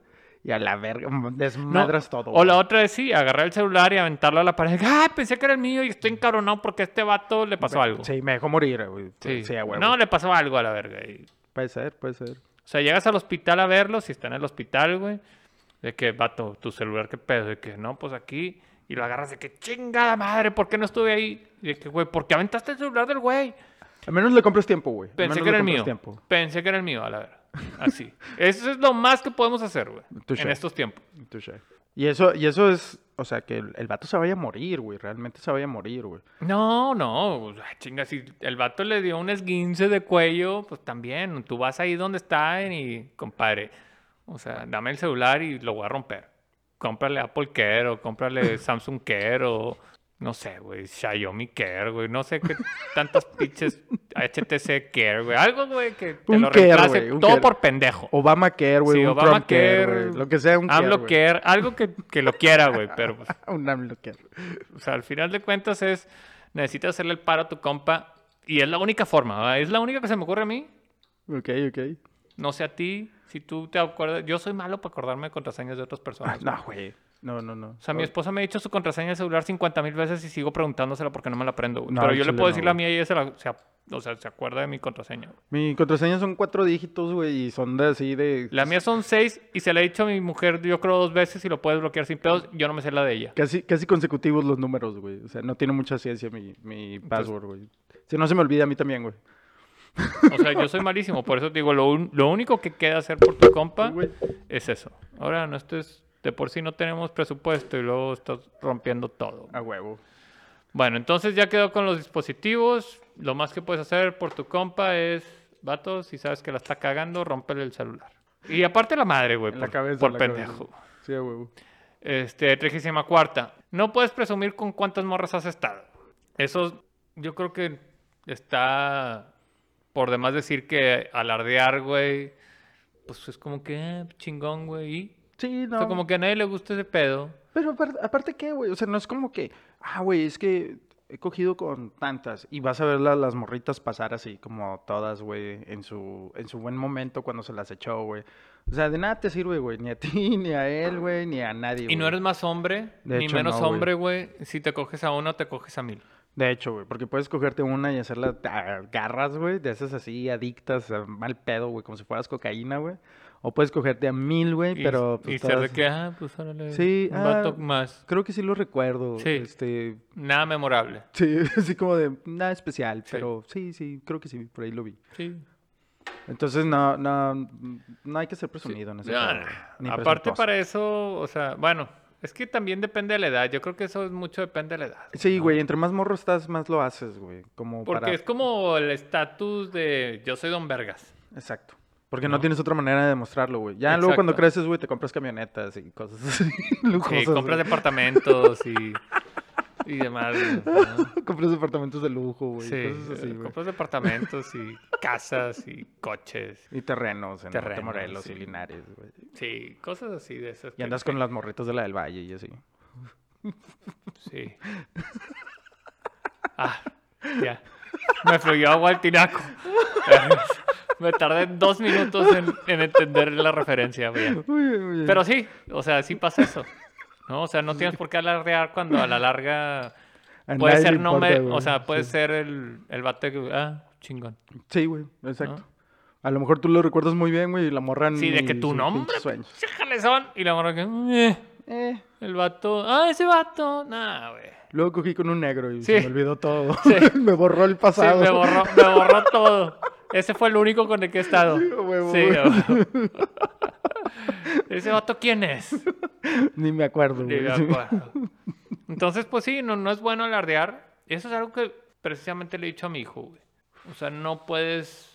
[SPEAKER 1] Y a la verga, mm,
[SPEAKER 2] No,
[SPEAKER 1] desmadras todo.
[SPEAKER 2] O
[SPEAKER 1] güey.
[SPEAKER 2] la otra es sí, agarrar el celular y aventarlo a la pared. Ah, pensé que era el mío y estoy encabronado porque a este vato le pasó algo.
[SPEAKER 1] Sí, me dejó morir, eh, güey.
[SPEAKER 2] Sí.
[SPEAKER 1] Sí, a huevo.
[SPEAKER 2] no, le pasó algo a la verga. y-
[SPEAKER 1] Puede ser, puede ser.
[SPEAKER 2] o sea, llegas al hospital a verlo, si está en el hospital, güey. De que, vato, tu celular, qué pedo. De que, no, pues aquí. Y lo agarras de que, chingada madre, ¿por qué no estuve ahí? Y de que, güey, ¿por qué aventaste el celular del güey?
[SPEAKER 1] Al menos le compras tiempo, güey. Al
[SPEAKER 2] Pensé
[SPEAKER 1] menos
[SPEAKER 2] que
[SPEAKER 1] le
[SPEAKER 2] era el mío.
[SPEAKER 1] compras tiempo.
[SPEAKER 2] Pensé que era el mío, a la verdad. Así. Eso es lo más que podemos hacer, güey.
[SPEAKER 1] Touché.
[SPEAKER 2] En estos tiempos.
[SPEAKER 1] Touché. Y eso, y eso es, o sea, que el, el vato se vaya a morir, güey. Realmente se vaya a morir, güey.
[SPEAKER 2] No, no. o sea, Chinga, si el vato le dio un esguince de cuello, pues también. Tú vas ahí donde está y, compadre, o sea, dame el celular y lo voy a romper. Cómprale Apple Care o cómprale Samsung Care o... No sé, güey, Xiaomi Care, güey, no sé qué tantas pinches HTC Care, güey, algo, güey, que te
[SPEAKER 1] Un
[SPEAKER 2] lo
[SPEAKER 1] Care,
[SPEAKER 2] reemplace,
[SPEAKER 1] güey, un
[SPEAKER 2] todo
[SPEAKER 1] Care.
[SPEAKER 2] por pendejo.
[SPEAKER 1] Obamacare, güey.
[SPEAKER 2] Sí,
[SPEAKER 1] un
[SPEAKER 2] Obamacare,
[SPEAKER 1] Trumpcare, güey. Lo que sea, un care,
[SPEAKER 2] AMLO
[SPEAKER 1] güey.
[SPEAKER 2] Care, algo que, que lo quiera, güey. Pero, pues,
[SPEAKER 1] Un AMLOcare.
[SPEAKER 2] o sea, al final de cuentas es, necesitas hacerle el paro a tu compa. Y es la única forma, ¿verdad? es la única que se me ocurre a mí.
[SPEAKER 1] Ok, ok.
[SPEAKER 2] No sé a ti, si tú te acuerdas. Yo soy malo para acordarme de contraseñas de otras personas.
[SPEAKER 1] Ah, no, güey. No, no, no.
[SPEAKER 2] O sea, mi esposa me ha dicho su contraseña de celular 50 mil veces y sigo preguntándosela porque no me la aprendo. güey.
[SPEAKER 1] No,
[SPEAKER 2] pero
[SPEAKER 1] al
[SPEAKER 2] yo le
[SPEAKER 1] chile
[SPEAKER 2] puedo
[SPEAKER 1] no,
[SPEAKER 2] decir la
[SPEAKER 1] güey.
[SPEAKER 2] mía y ella se la- se, a- o sea, se acuerda de mi contraseña. güey.
[SPEAKER 1] Mi contraseña son cuatro dígitos, güey, y son de así de...
[SPEAKER 2] La mía son seis y se la he dicho a mi mujer, yo creo, dos veces y lo puedes bloquear sin pedos. Yo no me sé la de ella.
[SPEAKER 1] Casi, casi consecutivos los números, güey. O sea, no tiene mucha ciencia mi, mi password, güey. Si no se me olvida a mí también, güey.
[SPEAKER 2] O sea, yo soy malísimo, por eso te digo, lo, un- lo único que queda hacer por tu compa
[SPEAKER 1] Güey.
[SPEAKER 2] es eso. Ahora, no estés, de por sí no tenemos presupuesto y luego estás rompiendo todo.
[SPEAKER 1] A huevo.
[SPEAKER 2] Bueno, entonces ya quedó con los dispositivos. Lo más que puedes hacer por tu compa es, vato, si sabes que la está cagando, rompele el celular. Y aparte la madre, güey,
[SPEAKER 1] En la
[SPEAKER 2] por,
[SPEAKER 1] cabeza.
[SPEAKER 2] por
[SPEAKER 1] en la
[SPEAKER 2] pendejo.
[SPEAKER 1] cabeza. Sí, a huevo.
[SPEAKER 2] Este, trigésima cuarta. No puedes presumir con cuántas morras has estado. Eso yo creo que está por demás decir que alardear, güey. Pues es como que eh, chingón, güey. y,
[SPEAKER 1] Sí,
[SPEAKER 2] o
[SPEAKER 1] no.
[SPEAKER 2] sea, como que a nadie le gusta ese pedo.
[SPEAKER 1] Pero apar- aparte, ¿qué, güey? O sea, no es como que... Ah, güey, es que he cogido con tantas. Y vas a ver la- las morritas pasar así como todas, güey, en su, en su buen momento cuando se las echó, güey. O sea, de nada te sirve, güey. Ni a ti, ni a él, güey, ni a nadie,
[SPEAKER 2] Y no
[SPEAKER 1] güey.
[SPEAKER 2] eres más hombre,
[SPEAKER 1] De
[SPEAKER 2] ni
[SPEAKER 1] hecho,
[SPEAKER 2] menos
[SPEAKER 1] no, güey.
[SPEAKER 2] hombre, güey. Si te coges a uno, te coges a mil.
[SPEAKER 1] De hecho, güey, porque puedes cogerte una y hacerla a garras, güey, de esas así adictas, a mal pedo, güey, como si fueras cocaína, güey. O puedes cogerte a mil, güey,
[SPEAKER 2] Y,
[SPEAKER 1] pero...
[SPEAKER 2] y
[SPEAKER 1] pues,
[SPEAKER 2] ser de
[SPEAKER 1] todas-
[SPEAKER 2] que, ah, pues órale,
[SPEAKER 1] Sí,
[SPEAKER 2] un vato
[SPEAKER 1] ah.
[SPEAKER 2] más.
[SPEAKER 1] Creo que sí lo recuerdo.
[SPEAKER 2] Sí.
[SPEAKER 1] Este,
[SPEAKER 2] Nada memorable.
[SPEAKER 1] sí, así como de nada especial,
[SPEAKER 2] Sí.
[SPEAKER 1] pero sí, sí, creo que sí, por ahí lo vi.
[SPEAKER 2] Sí.
[SPEAKER 1] Entonces, no, no, no hay que ser presumido en ese
[SPEAKER 2] No,
[SPEAKER 1] pedo,
[SPEAKER 2] no.
[SPEAKER 1] güey, ni
[SPEAKER 2] Ah, Aparte
[SPEAKER 1] presuntuoso.
[SPEAKER 2] para eso, o sea, bueno, es que también depende de la edad. Yo creo que eso es mucho depende de la edad.
[SPEAKER 1] Sí,
[SPEAKER 2] ¿no?
[SPEAKER 1] güey, entre más morro estás, más lo haces, güey, como
[SPEAKER 2] Porque
[SPEAKER 1] para...
[SPEAKER 2] es como el estatus de yo soy don Vergas.
[SPEAKER 1] Exacto. Porque no, tienes otra manera de demostrarlo, güey. Ya luego
[SPEAKER 2] Exacto.
[SPEAKER 1] cuando creces, güey, te compras camionetas y cosas así. lujosas,
[SPEAKER 2] Sí, compras
[SPEAKER 1] güey.
[SPEAKER 2] departamentos y, y demás. ¿no?
[SPEAKER 1] compras departamentos de lujo, güey.
[SPEAKER 2] Sí,
[SPEAKER 1] cosas así,
[SPEAKER 2] eh,
[SPEAKER 1] güey.
[SPEAKER 2] compras departamentos y casas y coches.
[SPEAKER 1] Y terrenos en
[SPEAKER 2] Terrenos,
[SPEAKER 1] Morelos
[SPEAKER 2] sí.
[SPEAKER 1] y Linares, güey.
[SPEAKER 2] Sí, cosas así de esas.
[SPEAKER 1] Y andas con las morritas de la del Valle y así.
[SPEAKER 2] Sí. Ah, ya. Me fluyó agua al tinaco. Me tardé dos minutos en, en entender la referencia, güey. Pero sí, o sea, sí pasa eso. ¿no? O sea, no tienes por qué alardear cuando a la larga puede ser no me- o sea, puede ser el, el vato que, ah, chingón.
[SPEAKER 1] Sí, güey, exacto. A lo mejor tú lo recuerdas muy bien, güey, y la morra
[SPEAKER 2] Sí, de
[SPEAKER 1] ni
[SPEAKER 2] que tu
[SPEAKER 1] sus
[SPEAKER 2] nombre,
[SPEAKER 1] pinches sueños.
[SPEAKER 2] pinche jalezón. Y la morra que, "Eh".
[SPEAKER 1] Eh,
[SPEAKER 2] el vato, ah, ese vato. Nah, güey.
[SPEAKER 1] luego cogí con un negro y
[SPEAKER 2] Sí.
[SPEAKER 1] se me olvidó todo.
[SPEAKER 2] Sí.
[SPEAKER 1] me borró el
[SPEAKER 2] Sí,
[SPEAKER 1] pasado.
[SPEAKER 2] me borró, me borró todo. Ese fue el único con el que he estado.
[SPEAKER 1] Sí, huevo,
[SPEAKER 2] Sí,
[SPEAKER 1] huevo.
[SPEAKER 2] huevo. Ese vato, ¿quién es?
[SPEAKER 1] Ni me acuerdo,
[SPEAKER 2] Ni
[SPEAKER 1] güey.
[SPEAKER 2] me
[SPEAKER 1] sí.
[SPEAKER 2] acuerdo. Entonces, pues sí, no, no es bueno alardear. Eso es algo que precisamente le he dicho a mi hijo, güey. O sea, no puedes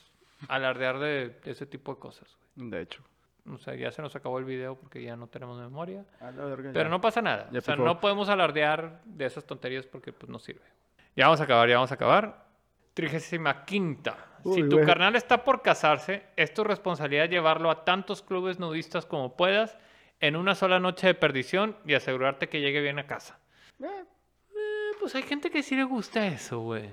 [SPEAKER 2] alardear de ese tipo de cosas,
[SPEAKER 1] De hecho.
[SPEAKER 2] güey. O sea, ya se nos acabó el video porque ya no tenemos memoria.
[SPEAKER 1] A la verga,
[SPEAKER 2] Pero
[SPEAKER 1] ya.
[SPEAKER 2] no pasa nada.
[SPEAKER 1] Ya,
[SPEAKER 2] o sea,
[SPEAKER 1] por favor.
[SPEAKER 2] no podemos alardear de esas tonterías porque pues no sirve. Ya vamos a acabar, ya vamos a acabar. Trigésima quinta. Si
[SPEAKER 1] Uy,
[SPEAKER 2] tu
[SPEAKER 1] güey.
[SPEAKER 2] carnal está por casarse, es tu responsabilidad llevarlo a tantos clubes nudistas como puedas en una sola noche de perdición y asegurarte que llegue bien a casa.
[SPEAKER 1] Eh,
[SPEAKER 2] Eh, pues hay gente que sí le gusta eso, güey.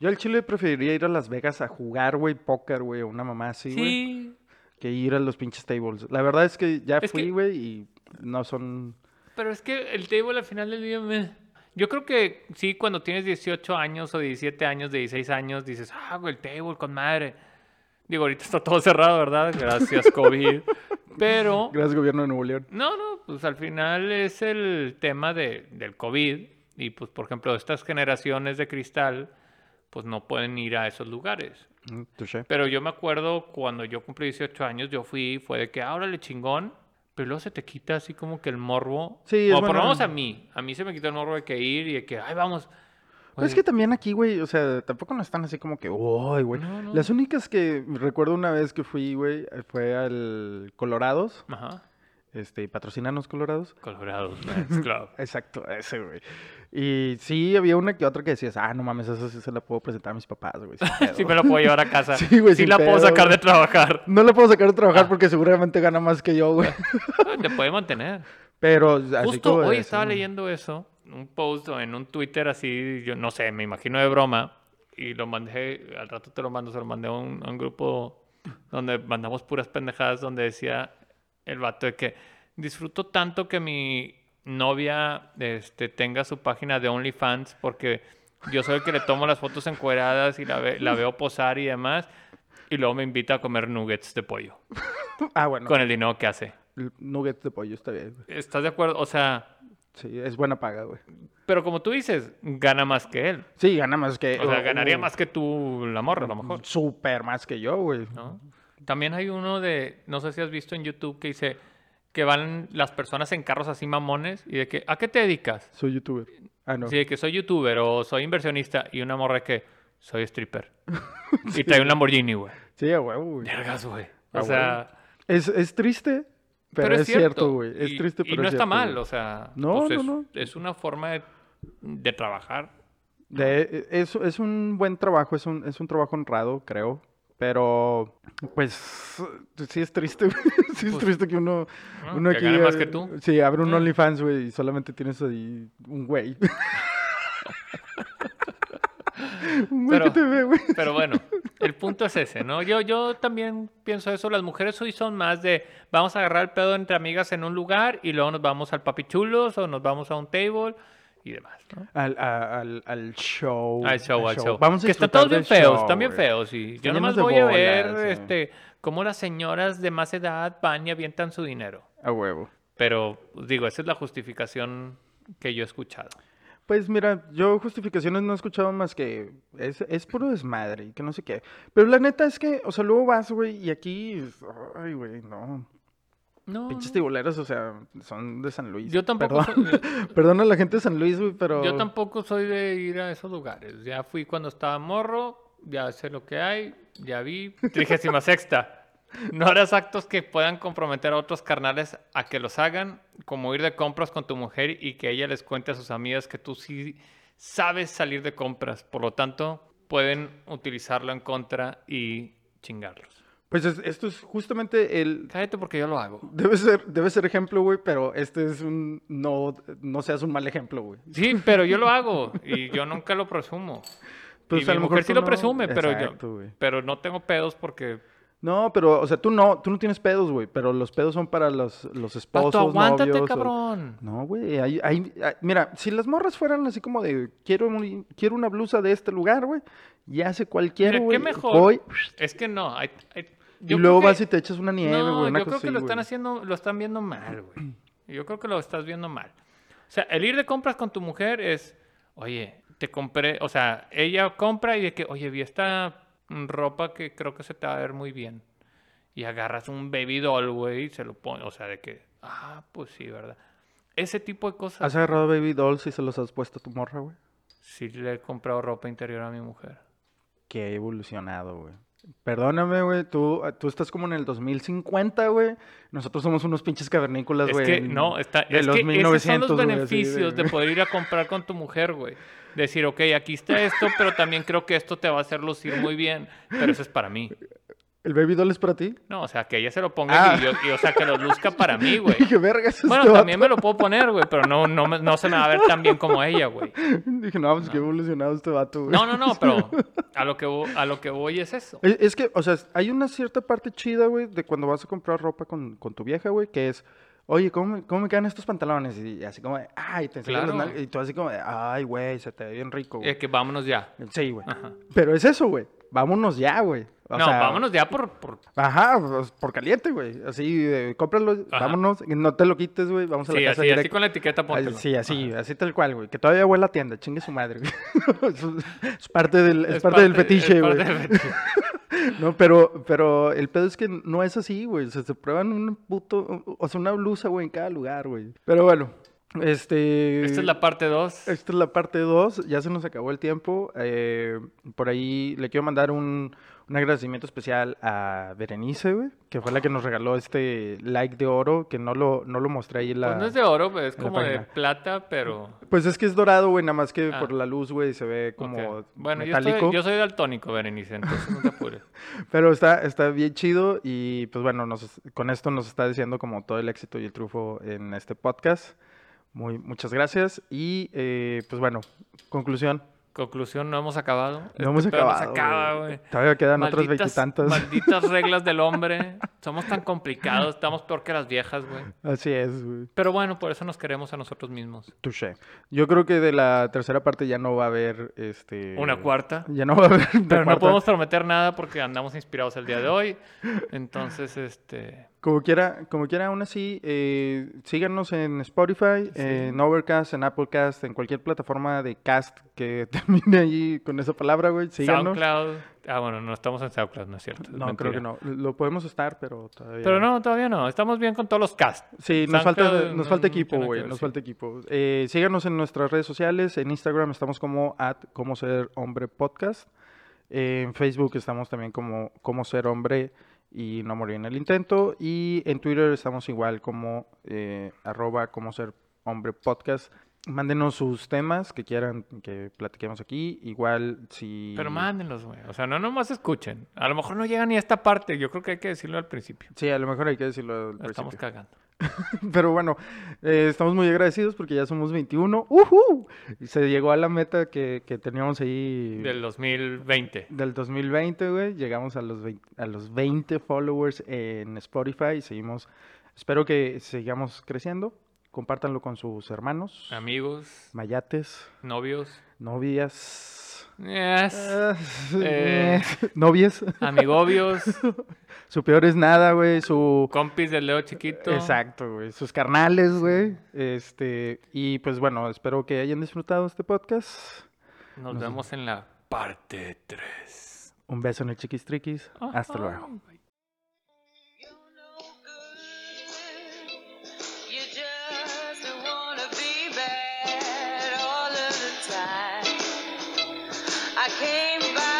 [SPEAKER 1] Yo al Chile preferiría ir a Las Vegas a jugar, güey, póker, güey, o una mamá así,
[SPEAKER 2] Sí,
[SPEAKER 1] güey, que ir a los pinches tables. La verdad es que ya
[SPEAKER 2] Es
[SPEAKER 1] fui,
[SPEAKER 2] que-
[SPEAKER 1] güey, y no son...
[SPEAKER 2] pero es que el table al final del día... meh. Yo creo que sí, cuando tienes 18 años o 17 años, 16 años, dices, ah, güey, el table con madre. Digo, ahorita está todo cerrado, ¿verdad? Gracias, COVID. Pero,
[SPEAKER 1] Gracias, gobierno de Nuevo León.
[SPEAKER 2] no, no, pues al final es el tema de, del COVID. Y pues, por ejemplo, estas generaciones de cristal, pues no pueden ir a esos lugares.
[SPEAKER 1] Mm, touché.
[SPEAKER 2] Pero yo me acuerdo cuando yo cumplí 18 años, yo fui, fue de que, ah, órale, chingón. Pero luego se te quita así como que el morbo.
[SPEAKER 1] Sí, es
[SPEAKER 2] o por lo
[SPEAKER 1] buena-
[SPEAKER 2] menos a mí. A mí se me quitó el morbo de que ir y de que, ay, vamos.
[SPEAKER 1] Pero es
[SPEAKER 2] Güey,
[SPEAKER 1] que también aquí, güey, o sea, tampoco no están así como que, uy, güey.
[SPEAKER 2] No, no.
[SPEAKER 1] Las únicas que recuerdo una vez que fui, güey, eh, fue al Colorados,
[SPEAKER 2] Ajá.
[SPEAKER 1] este, y patrocinanos Colorados.
[SPEAKER 2] Colorado Men's Club.
[SPEAKER 1] Exacto, ese, güey. Y sí, había una que otra que decías, ah, no mames, esa sí se la puedo presentar a mis papás, güey. sin pedo".
[SPEAKER 2] sí me la puedo llevar a casa.
[SPEAKER 1] Sí, güey,
[SPEAKER 2] Sí
[SPEAKER 1] sin
[SPEAKER 2] la puedo
[SPEAKER 1] pedo,
[SPEAKER 2] sacar
[SPEAKER 1] güey.
[SPEAKER 2] de trabajar.
[SPEAKER 1] No la puedo sacar de trabajar
[SPEAKER 2] Ah.
[SPEAKER 1] porque seguramente gana más que yo, güey.
[SPEAKER 2] Te puede mantener.
[SPEAKER 1] Pero así
[SPEAKER 2] Justo
[SPEAKER 1] como de
[SPEAKER 2] hoy
[SPEAKER 1] decir, "Mm,
[SPEAKER 2] estaba
[SPEAKER 1] "No".
[SPEAKER 2] leyendo eso, un post o en un Twitter así, yo no sé, me imagino de broma, y lo mandé, al rato te lo mando, se lo mandé a un, a un grupo donde mandamos puras pendejadas, donde decía el vato de que disfruto tanto que mi novia este, tenga su página de OnlyFans porque yo soy el que le tomo las fotos encueradas y la, ve- la veo posar y demás, y luego me invita a comer nuggets de pollo
[SPEAKER 1] Ah, bueno,
[SPEAKER 2] con el dinero que hace.
[SPEAKER 1] el nuggets de pollo está bien, güey.
[SPEAKER 2] ¿Estás de acuerdo? O sea...
[SPEAKER 1] Sí, es buena paga, güey.
[SPEAKER 2] Pero como tú dices, gana más que él.
[SPEAKER 1] Sí, gana más que...
[SPEAKER 2] O sea,
[SPEAKER 1] uh,
[SPEAKER 2] ganaría
[SPEAKER 1] uh,
[SPEAKER 2] más que tú la morra, a lo mejor.
[SPEAKER 1] Súper más que yo, güey.
[SPEAKER 2] ¿no? También hay uno de, no sé si has visto en YouTube, que dice que van las personas en carros así mamones y de que, ¿a qué te dedicas?
[SPEAKER 1] Soy youtuber. Ah, no.
[SPEAKER 2] Sí, de que soy youtuber o soy inversionista y una morra que soy stripper. Y trae un Lamborghini, güey.
[SPEAKER 1] Sí, a huevo, güey.
[SPEAKER 2] Vergas, güey.
[SPEAKER 1] Ah,
[SPEAKER 2] O sea,
[SPEAKER 1] Es, es triste, pero, es cierto, güey. Es
[SPEAKER 2] Y-
[SPEAKER 1] triste, pero
[SPEAKER 2] Y no
[SPEAKER 1] es
[SPEAKER 2] está
[SPEAKER 1] cierto,
[SPEAKER 2] mal,
[SPEAKER 1] güey.
[SPEAKER 2] o sea.
[SPEAKER 1] No,
[SPEAKER 2] pues
[SPEAKER 1] no,
[SPEAKER 2] es,
[SPEAKER 1] no.
[SPEAKER 2] es una forma de, de trabajar.
[SPEAKER 1] De- e, es, es un buen trabajo, es un, es un trabajo honrado, creo. Pero, pues, sí es triste, güey. Sí es
[SPEAKER 2] Pues,
[SPEAKER 1] triste que uno,
[SPEAKER 2] ah,
[SPEAKER 1] uno
[SPEAKER 2] que
[SPEAKER 1] aquí...
[SPEAKER 2] gane más
[SPEAKER 1] eh,
[SPEAKER 2] que tú.
[SPEAKER 1] Sí, abre un
[SPEAKER 2] Ah.
[SPEAKER 1] OnlyFans, güey, y solamente tienes ahí un güey. un güey que
[SPEAKER 2] Pero-
[SPEAKER 1] te ve, güey.
[SPEAKER 2] Pero bueno, el punto es ese, ¿no? Yo, yo también pienso eso. Las mujeres hoy son más de vamos a agarrar el pedo entre amigas en un lugar y luego nos vamos al papichulos o nos vamos a un table y demás, ¿no?
[SPEAKER 1] Al, a- al, al show.
[SPEAKER 2] Al show, al show.
[SPEAKER 1] Vamos a
[SPEAKER 2] que están
[SPEAKER 1] disfrutar
[SPEAKER 2] todos
[SPEAKER 1] del
[SPEAKER 2] bien feos,
[SPEAKER 1] show,
[SPEAKER 2] están bien
[SPEAKER 1] güey.
[SPEAKER 2] feos. Y yo
[SPEAKER 1] Están
[SPEAKER 2] nomás
[SPEAKER 1] llenos
[SPEAKER 2] voy
[SPEAKER 1] de
[SPEAKER 2] a ver
[SPEAKER 1] bolas, sí.
[SPEAKER 2] este, cómo las señoras de más edad van y avientan su dinero.
[SPEAKER 1] A huevo.
[SPEAKER 2] Pero digo, esa es la justificación que yo he escuchado.
[SPEAKER 1] Pues mira, yo justificaciones no he escuchado más que es, es puro desmadre y que no sé qué. Pero la neta es que, o sea, luego vas, güey, y aquí, es- ay, güey, no.
[SPEAKER 2] No,
[SPEAKER 1] Pinches
[SPEAKER 2] no.
[SPEAKER 1] tibuleros, o sea, son de San Luis.
[SPEAKER 2] Yo tampoco
[SPEAKER 1] Perdón,
[SPEAKER 2] soy-
[SPEAKER 1] perdón a la gente de San Luis, güey, pero...
[SPEAKER 2] Yo tampoco soy de ir a esos lugares. Ya fui cuando estaba morro, ya sé lo que hay, ya vi. Trigésima sexta. No harás actos que puedan comprometer a otros carnales a que los hagan, como ir de compras con tu mujer y que ella les cuente a sus amigas que tú sí sabes salir de compras. Por lo tanto, pueden utilizarlo en contra y chingarlos.
[SPEAKER 1] Pues es- esto es justamente el...
[SPEAKER 2] Cállate porque yo lo hago.
[SPEAKER 1] Debe ser, debe ser ejemplo, güey, pero este es un... No, no seas un mal ejemplo, güey.
[SPEAKER 2] Sí, pero yo lo hago y yo nunca lo presumo.
[SPEAKER 1] Pues,
[SPEAKER 2] y
[SPEAKER 1] a lo
[SPEAKER 2] mi
[SPEAKER 1] mejor
[SPEAKER 2] mujer sí
[SPEAKER 1] tú
[SPEAKER 2] lo
[SPEAKER 1] no-
[SPEAKER 2] presume, pero
[SPEAKER 1] Exacto,
[SPEAKER 2] yo
[SPEAKER 1] güey.
[SPEAKER 2] pero no tengo pedos porque
[SPEAKER 1] No, pero, o sea, tú no, tú no tienes pedos, güey, pero los pedos son para los, los esposos,
[SPEAKER 2] Pato, aguántate,
[SPEAKER 1] novios, o-
[SPEAKER 2] cabrón.
[SPEAKER 1] No, güey, ahí- ahí- ah, mira, si las morras fueran así como de, quiero, un- quiero una blusa de este lugar, güey, ya sé cualquiera,
[SPEAKER 2] Mira, qué
[SPEAKER 1] güey,
[SPEAKER 2] mejor.
[SPEAKER 1] voy,
[SPEAKER 2] Es que no, hay- hay-
[SPEAKER 1] y
[SPEAKER 2] yo
[SPEAKER 1] luego
[SPEAKER 2] creo
[SPEAKER 1] vas
[SPEAKER 2] que-
[SPEAKER 1] y te echas una nieve,
[SPEAKER 2] no,
[SPEAKER 1] güey, una
[SPEAKER 2] yo
[SPEAKER 1] cosa
[SPEAKER 2] creo
[SPEAKER 1] así,
[SPEAKER 2] que lo
[SPEAKER 1] güey.
[SPEAKER 2] están haciendo, lo están viendo mal, güey. Yo creo que lo estás viendo mal. O sea, el ir de compras con tu mujer es, oye, te compré, o sea, ella compra y de que, oye, vi esta mm, ropa que creo que se te va a ver muy bien. Y agarras un baby doll, güey, y se lo pones. O sea, de que, ah, pues sí, ¿verdad? Ese tipo de cosas.
[SPEAKER 1] ¿Has agarrado baby dolls y se los has puesto a tu morra, güey?
[SPEAKER 2] Sí le he comprado ropa interior a mi mujer.
[SPEAKER 1] Qué evolucionado, güey. Perdóname, güey, tú, tú estás como en el 2050, güey. Nosotros somos unos pinches cavernícolas,
[SPEAKER 2] Es
[SPEAKER 1] güey.
[SPEAKER 2] que
[SPEAKER 1] en-
[SPEAKER 2] no, está,
[SPEAKER 1] de
[SPEAKER 2] es
[SPEAKER 1] los
[SPEAKER 2] que esos son
[SPEAKER 1] 1900,
[SPEAKER 2] los
[SPEAKER 1] güey, así
[SPEAKER 2] beneficios
[SPEAKER 1] de-
[SPEAKER 2] de poder ir a comprar con tu mujer, güey. Decir, ok, aquí está esto, pero también creo que esto te va a hacer lucir muy bien, pero eso es para mí.
[SPEAKER 1] ¿El baby doll es para ti?
[SPEAKER 2] No, o sea, que ella se lo ponga
[SPEAKER 1] Ah. Este
[SPEAKER 2] y, yo, y, o sea, que lo luzca para mí, güey.
[SPEAKER 1] Dije, verga, eso
[SPEAKER 2] Bueno, también me lo puedo poner, güey, pero no, no, me- no se me va a ver tan bien como ella, güey.
[SPEAKER 1] Dije, no, pues qué evolucionado este vato, güey.
[SPEAKER 2] No, no, no, pero a lo que, vo- a lo que voy es eso.
[SPEAKER 1] Es, es que, o sea, hay una cierta parte chida, güey, de cuando vas a comprar ropa con, con tu vieja, güey, que es, oye, ¿cómo me, cómo me quedan estos pantalones? Y así como, de, ay, te enseñan
[SPEAKER 2] Claro.
[SPEAKER 1] Y tú así como, de, ay, güey, se te ve bien rico,
[SPEAKER 2] Es
[SPEAKER 1] güey.
[SPEAKER 2] Eh, que vámonos ya.
[SPEAKER 1] Sí, güey. Pero es eso, güey. Vámonos ya, güey. O
[SPEAKER 2] no,
[SPEAKER 1] sea,
[SPEAKER 2] vámonos ya por, por
[SPEAKER 1] Ajá, pues, por caliente, güey. Así, eh, cómpralo,
[SPEAKER 2] Ajá.
[SPEAKER 1] vámonos, no te lo quites, güey, vamos a la
[SPEAKER 2] Sí,
[SPEAKER 1] casa
[SPEAKER 2] así, así
[SPEAKER 1] directo.
[SPEAKER 2] con la etiqueta
[SPEAKER 1] Así,
[SPEAKER 2] póntelo.
[SPEAKER 1] sí, así, así tal cual, güey. Que todavía huele a tienda, chingue su madre, güey. es, es parte del, es, parte, del fetiche,
[SPEAKER 2] Ah. es
[SPEAKER 1] güey.
[SPEAKER 2] parte del fetiche.
[SPEAKER 1] No, pero, pero el pedo es que no es así, güey. O sea, se prueban un puto, o sea, una blusa, güey, en cada lugar, güey. Pero bueno, este...
[SPEAKER 2] Esta es la parte 2.
[SPEAKER 1] Esta es la parte 2, ya se nos acabó el tiempo. eh, por ahí le quiero mandar un, un agradecimiento especial a Berenice, güey, que fue la que nos regaló este like de oro, que no lo, no lo mostré ahí en la...
[SPEAKER 2] Pues no es de oro, pues, es
[SPEAKER 1] en la
[SPEAKER 2] como de
[SPEAKER 1] página.
[SPEAKER 2] plata, pero.
[SPEAKER 1] Pues es que es dorado, güey, nada más que
[SPEAKER 2] Ah.
[SPEAKER 1] por la luz, güey, se ve como
[SPEAKER 2] ok. Bueno, yo,
[SPEAKER 1] metálico.
[SPEAKER 2] estoy- yo soy daltónico, Berenice, entonces no te apures.
[SPEAKER 1] Pero está, está bien chido y pues bueno, nos, con esto nos está diciendo como todo el éxito y el triunfo en este podcast. Muy, muchas gracias y eh, pues bueno, conclusión.
[SPEAKER 2] Conclusión, no hemos acabado. Este
[SPEAKER 1] No hemos
[SPEAKER 2] pedo no se
[SPEAKER 1] acabado,
[SPEAKER 2] acaba,
[SPEAKER 1] güey.
[SPEAKER 2] güey.
[SPEAKER 1] Todavía quedan otras
[SPEAKER 2] Malditas,
[SPEAKER 1] veintitantas.
[SPEAKER 2] malditas reglas del hombre. Somos tan complicados, estamos peor que las viejas, güey.
[SPEAKER 1] Así es, güey.
[SPEAKER 2] Pero bueno, por eso nos queremos a nosotros mismos.
[SPEAKER 1] Touché. Yo creo que de la tercera parte ya no va a haber este.
[SPEAKER 2] Una cuarta.
[SPEAKER 1] Ya no va a haber. una
[SPEAKER 2] Pero no
[SPEAKER 1] cuarta.
[SPEAKER 2] podemos prometer nada porque andamos inspirados el día de hoy. Entonces, este.
[SPEAKER 1] Como quiera, como quiera, aún así, eh, síganos en Spotify, eh, en Overcast, en Applecast, en cualquier plataforma de cast que termine ahí con esa palabra, güey. Síganos.
[SPEAKER 2] SoundCloud. Ah, bueno, no estamos en SoundCloud, no es cierto. es
[SPEAKER 1] No,
[SPEAKER 2] mentira.
[SPEAKER 1] creo que no. Lo podemos estar, pero todavía.
[SPEAKER 2] Pero no, todavía no. Estamos bien con todos los cast.
[SPEAKER 1] Sí, nos falta,
[SPEAKER 2] SoundCloud,
[SPEAKER 1] nos
[SPEAKER 2] no,
[SPEAKER 1] falta
[SPEAKER 2] no tiene
[SPEAKER 1] equipo,
[SPEAKER 2] que
[SPEAKER 1] güey.
[SPEAKER 2] ver,
[SPEAKER 1] Nos
[SPEAKER 2] sí.
[SPEAKER 1] falta equipo. Eh, síganos en nuestras redes sociales. En Instagram estamos como at como ser hombre podcast. En Facebook estamos también como como ser hombre y no morir en el intento. Y en Twitter estamos igual como eh, arroba como ser hombre podcast. Mándenos sus temas que quieran que platiquemos aquí. Igual si...
[SPEAKER 2] Pero mándenlos, güey. O sea, no nomás escuchen. A lo mejor no llegan ni a esta parte. Yo creo que hay que decirlo al principio.
[SPEAKER 1] Sí, a lo mejor hay que decirlo al
[SPEAKER 2] La estamos
[SPEAKER 1] principio.
[SPEAKER 2] cagando.
[SPEAKER 1] Pero bueno, eh, estamos muy agradecidos porque ya somos 21. ¡Ujú! Y se llegó a la meta que, que teníamos ahí
[SPEAKER 2] Del 2020.
[SPEAKER 1] del 2020, güey. Llegamos a los, 20, a los 20 followers en Spotify y seguimos. Espero que sigamos creciendo. Compártanlo con sus hermanos,
[SPEAKER 2] Amigos,
[SPEAKER 1] mayates,
[SPEAKER 2] novios.
[SPEAKER 1] novias.
[SPEAKER 2] yes,
[SPEAKER 1] eh, Novias.
[SPEAKER 2] Amigobios.
[SPEAKER 1] Su peor es nada, güey. Su.
[SPEAKER 2] compis del dedo chiquito.
[SPEAKER 1] Exacto, güey. Sus carnales, güey. Este. Y pues bueno, espero que hayan disfrutado este podcast.
[SPEAKER 2] Nos vemos en la parte 3.
[SPEAKER 1] Un beso en el chiquis triquis. Hasta luego.
[SPEAKER 3] You're no good. You just wanna be bad all of the time. I came by